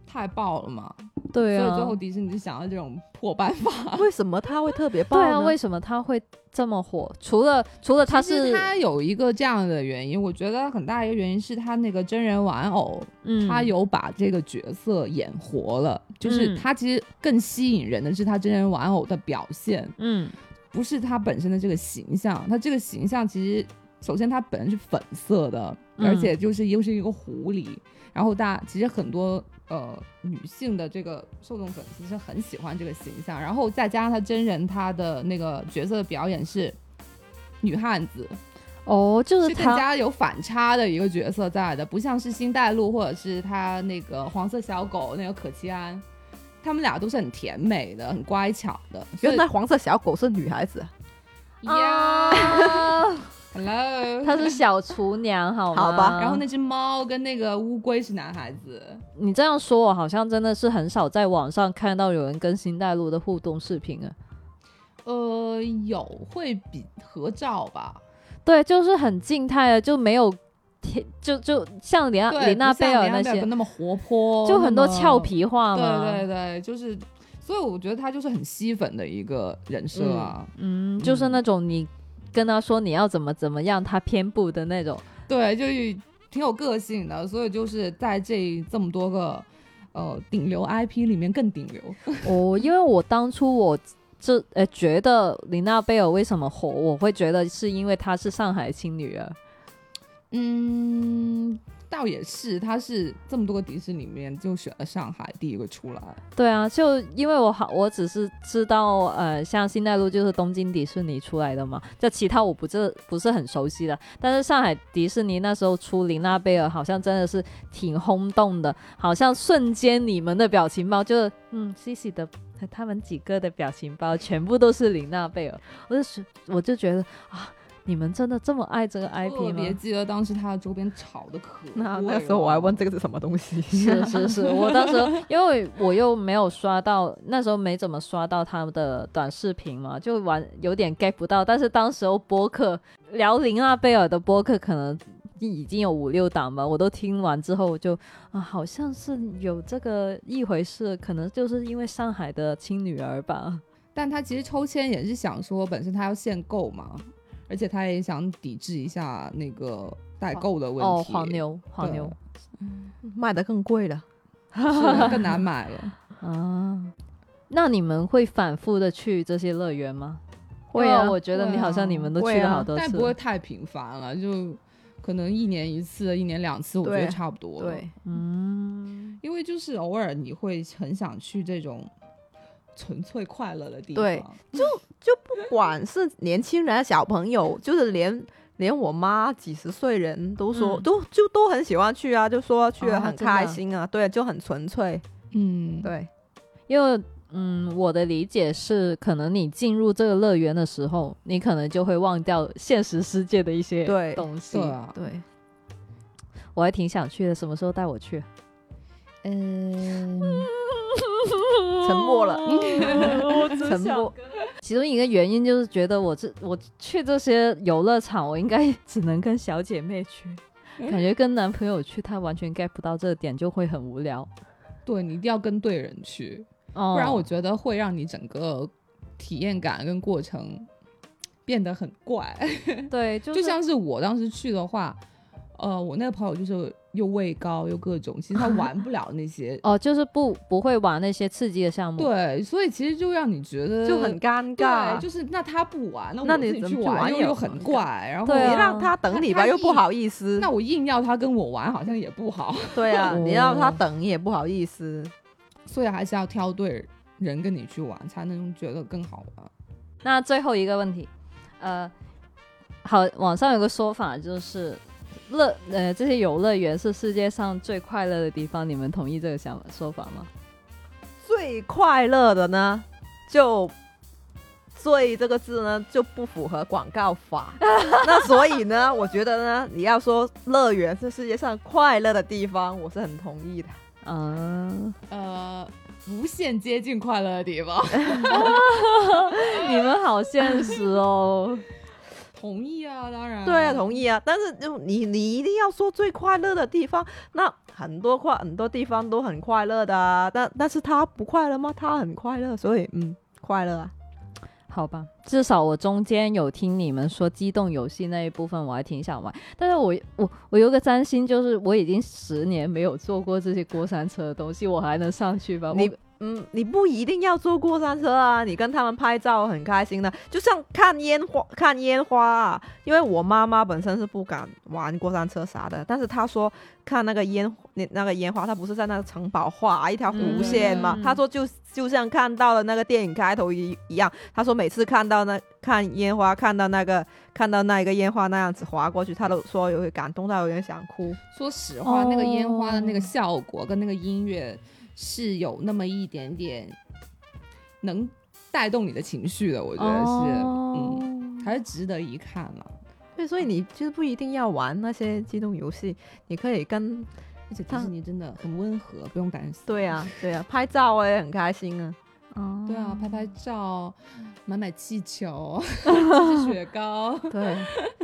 太爆了嘛，对所以最啊后，迪士尼就想到这种破办法。 为什么它会特别爆对呢？啊，为什么他会这么火？除了除了他其实是他有一个这样的原因，我觉得很大一个原因是他那个真人玩偶，嗯，他有把这个角色演活了，就是嗯它其实更吸引人的是它真人玩偶的表现，嗯不是它本身的这个形象。它这个形象其实，首先它本身是粉色的，嗯而且就是又是一个狐狸，然后大其实很多。呃，女性的这个受众粉丝是很喜欢这个形象，然后再加上她真人，她的那个角色的表演是女汉子，哦，就是是更他加有反差的一个角色在的，不像是星黛露或者是她那个黄色小狗那个可奇安，他们俩都是很甜美的，很乖巧的。原来黄色小狗是女孩子，所以呀、啊 h e l l o 他是小厨娘，好吗？好吧然后那只猫跟那个乌龟是男孩子，你这样说，我好像真的是很少在网上看到有人跟星黛露的互动视频啊。呃，有会比合照吧？对，就是很静态的，就没有贴，就就像林对，林啊娜不像贝尔林那娜贝些，那么活泼，就很多那么俏。皮话嘛。对对对，就是，所以我觉得他就是很吸粉的一个人设啊。嗯，就是那种你跟他说你要怎么怎么样，他偏不的那种。对，就是挺有个性的，所以就是在这这么多个呃顶流 IP 里面更顶流。哦，因为我当初我这呃觉得林娜贝尔为什么火，我会觉得是因为她是上海青女儿。嗯，倒也是，他是这么多个迪士尼里面就选了上海第一个出来。对啊，就因为我好，我只是知道呃，像新大陆就是东京迪士尼出来的嘛，就其他我不是不是很熟悉的。但是上海迪士尼那时候出林娜贝尔，好像真的是挺轰动的，好像瞬间你们的表情包就是嗯，西西的。他们几个的表情包全部都是林娜贝尔，我就觉我就觉得啊，你们真的这么爱这个 IP 特别吗？记得当时他的周边炒的可贵那那个时候我还了问这个是什么东西， 是是 是，我当时因为我又没有刷到，那时候没怎么刷到他们的短视频嘛，就玩有点 get 不到。但是当时候播客辽宁啊贝尔的播客可能已经有五六档吧，我都听完之后我就啊，好像是有这个一回事，可能就是因为上海的亲女儿吧。但他其实抽签也是想说，本身他要限购嘛，而且他也想抵制一下那个代购的问哦，题，黄牛，黄对牛卖的更贵了。 是的更难买了。啊。那你们会反复的去这些乐园吗？会因为啊我觉得会你好啊像你们都会去了啊好多次了，但不会太频繁了，就可能一年一次、一年两次，我觉得对差不多。对，，嗯。因为就是偶尔你会很想去这种纯粹快乐的地方。对，就不管是年轻人、小朋友，就是连连我妈几十岁人都说，嗯都就都很喜欢去啊，就说去了哦很真的啊开心啊，对，就很纯粹，嗯，对，因为嗯，我的理解是，可能你进入这个乐园的时候，你可能就会忘掉现实世界的一些对东西对。啊，对，我还挺想去的，什么时候带我去？啊 嗯，沉默 了，哦沉默。其中一个原因就是觉得我这我去这些游乐场，我应该 只能跟小姐妹 去，感觉跟男朋友去，他完全 get 不到这个点，就会很无聊。对你一定要跟对人去，哦，不然我觉得会让你整个体验感跟过程变得很怪。对，就。就是像是我当时去的话，呃，我那个朋友就是又畏高又各 种，其实他玩不了那些嗯哦，就是不不会玩那些刺激的项目。对，所以其实就让你觉得就很尴尬，啊对，就是那他不玩，那那我你自己怎去么去玩玩又也又很很尴怪，然后对啊你让他等你吧，他又不一好意思那，我硬要他跟我玩，好像也不好，对啊， 你让他哦等也不好意思，所以还是要挑对人跟你去玩，才能觉得更好玩。那最后一个问题，呃，好，网上有个说法就是，乐呃这些游乐园是世界上最快乐的地方，你们同意这个想法说法吗？最快乐的呢，就“最”这个字呢就不符合广告 法。那所以呢，我觉得呢，你要说乐园是世界上快乐的地方，我是很同意的。嗯、呃，无限接近快乐的地方，你们好现实哦。 同意啊，当然，对啊，同意啊。但是就你你一定要说最快乐的地方，那很多快很多地方都很快乐的、啊，但但是他不快乐吗？他很快乐，所以嗯，快乐啊。好吧，至少我中间有听你们说机动游戏那一部分，我还挺想玩。但是我我我有个担心，就是我已经十年没有坐过这些过山车的东西，我还能上去吧？你我嗯，你不一定要坐过山车啊，你跟他们拍照很开心的，就像看烟花，看烟花、啊。因为我妈妈本身是不敢玩过山车啥的，但是她说看那个烟，那那个烟花，她不是在那个城堡画一条弧线嘛？嗯嗯嗯她说就就像看到了那个电影开头一一样，她说每次看到那看烟花，看到那个看到那一个烟花那样子划过去，她都说有点感动到有点想哭。说实话，那个烟花的哦那个效果跟那个音乐是有那么一点点能带动你的情绪的，我觉得是，嗯，哦，还是值得一看嘛。对，所以你就是不一定要玩那些机动游戏，你可以跟而且迪它士尼真的很温和，不用担心。对啊对啊拍照我也很开心啊。哦对啊，拍拍照，买买气 球，吃吃雪糕， 对，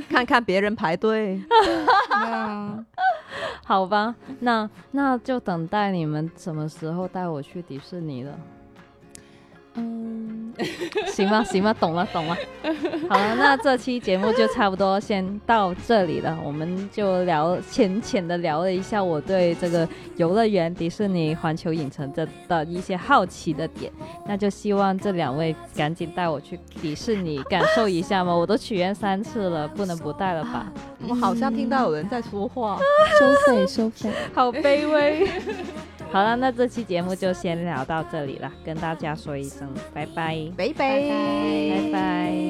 看看别人排队。对啊，好吧，那那就等待你们什么时候带我去迪士尼了。 嗯，行吧，行吧，懂了，懂了。好了，那这期节目就差不多先到这里了。我们就聊浅浅的聊了一下我对这个游乐园、迪士尼、环球影城的的一些好奇的点。那就希望这两位赶紧带我去迪士尼感受一下嘛，我都许愿三次了，不能不带了吧？我好像听到有人在说话。收费收费，好卑微。 好了，那这期节目就先聊到这里了，跟大家说一声拜拜，拜拜。拜拜拜拜。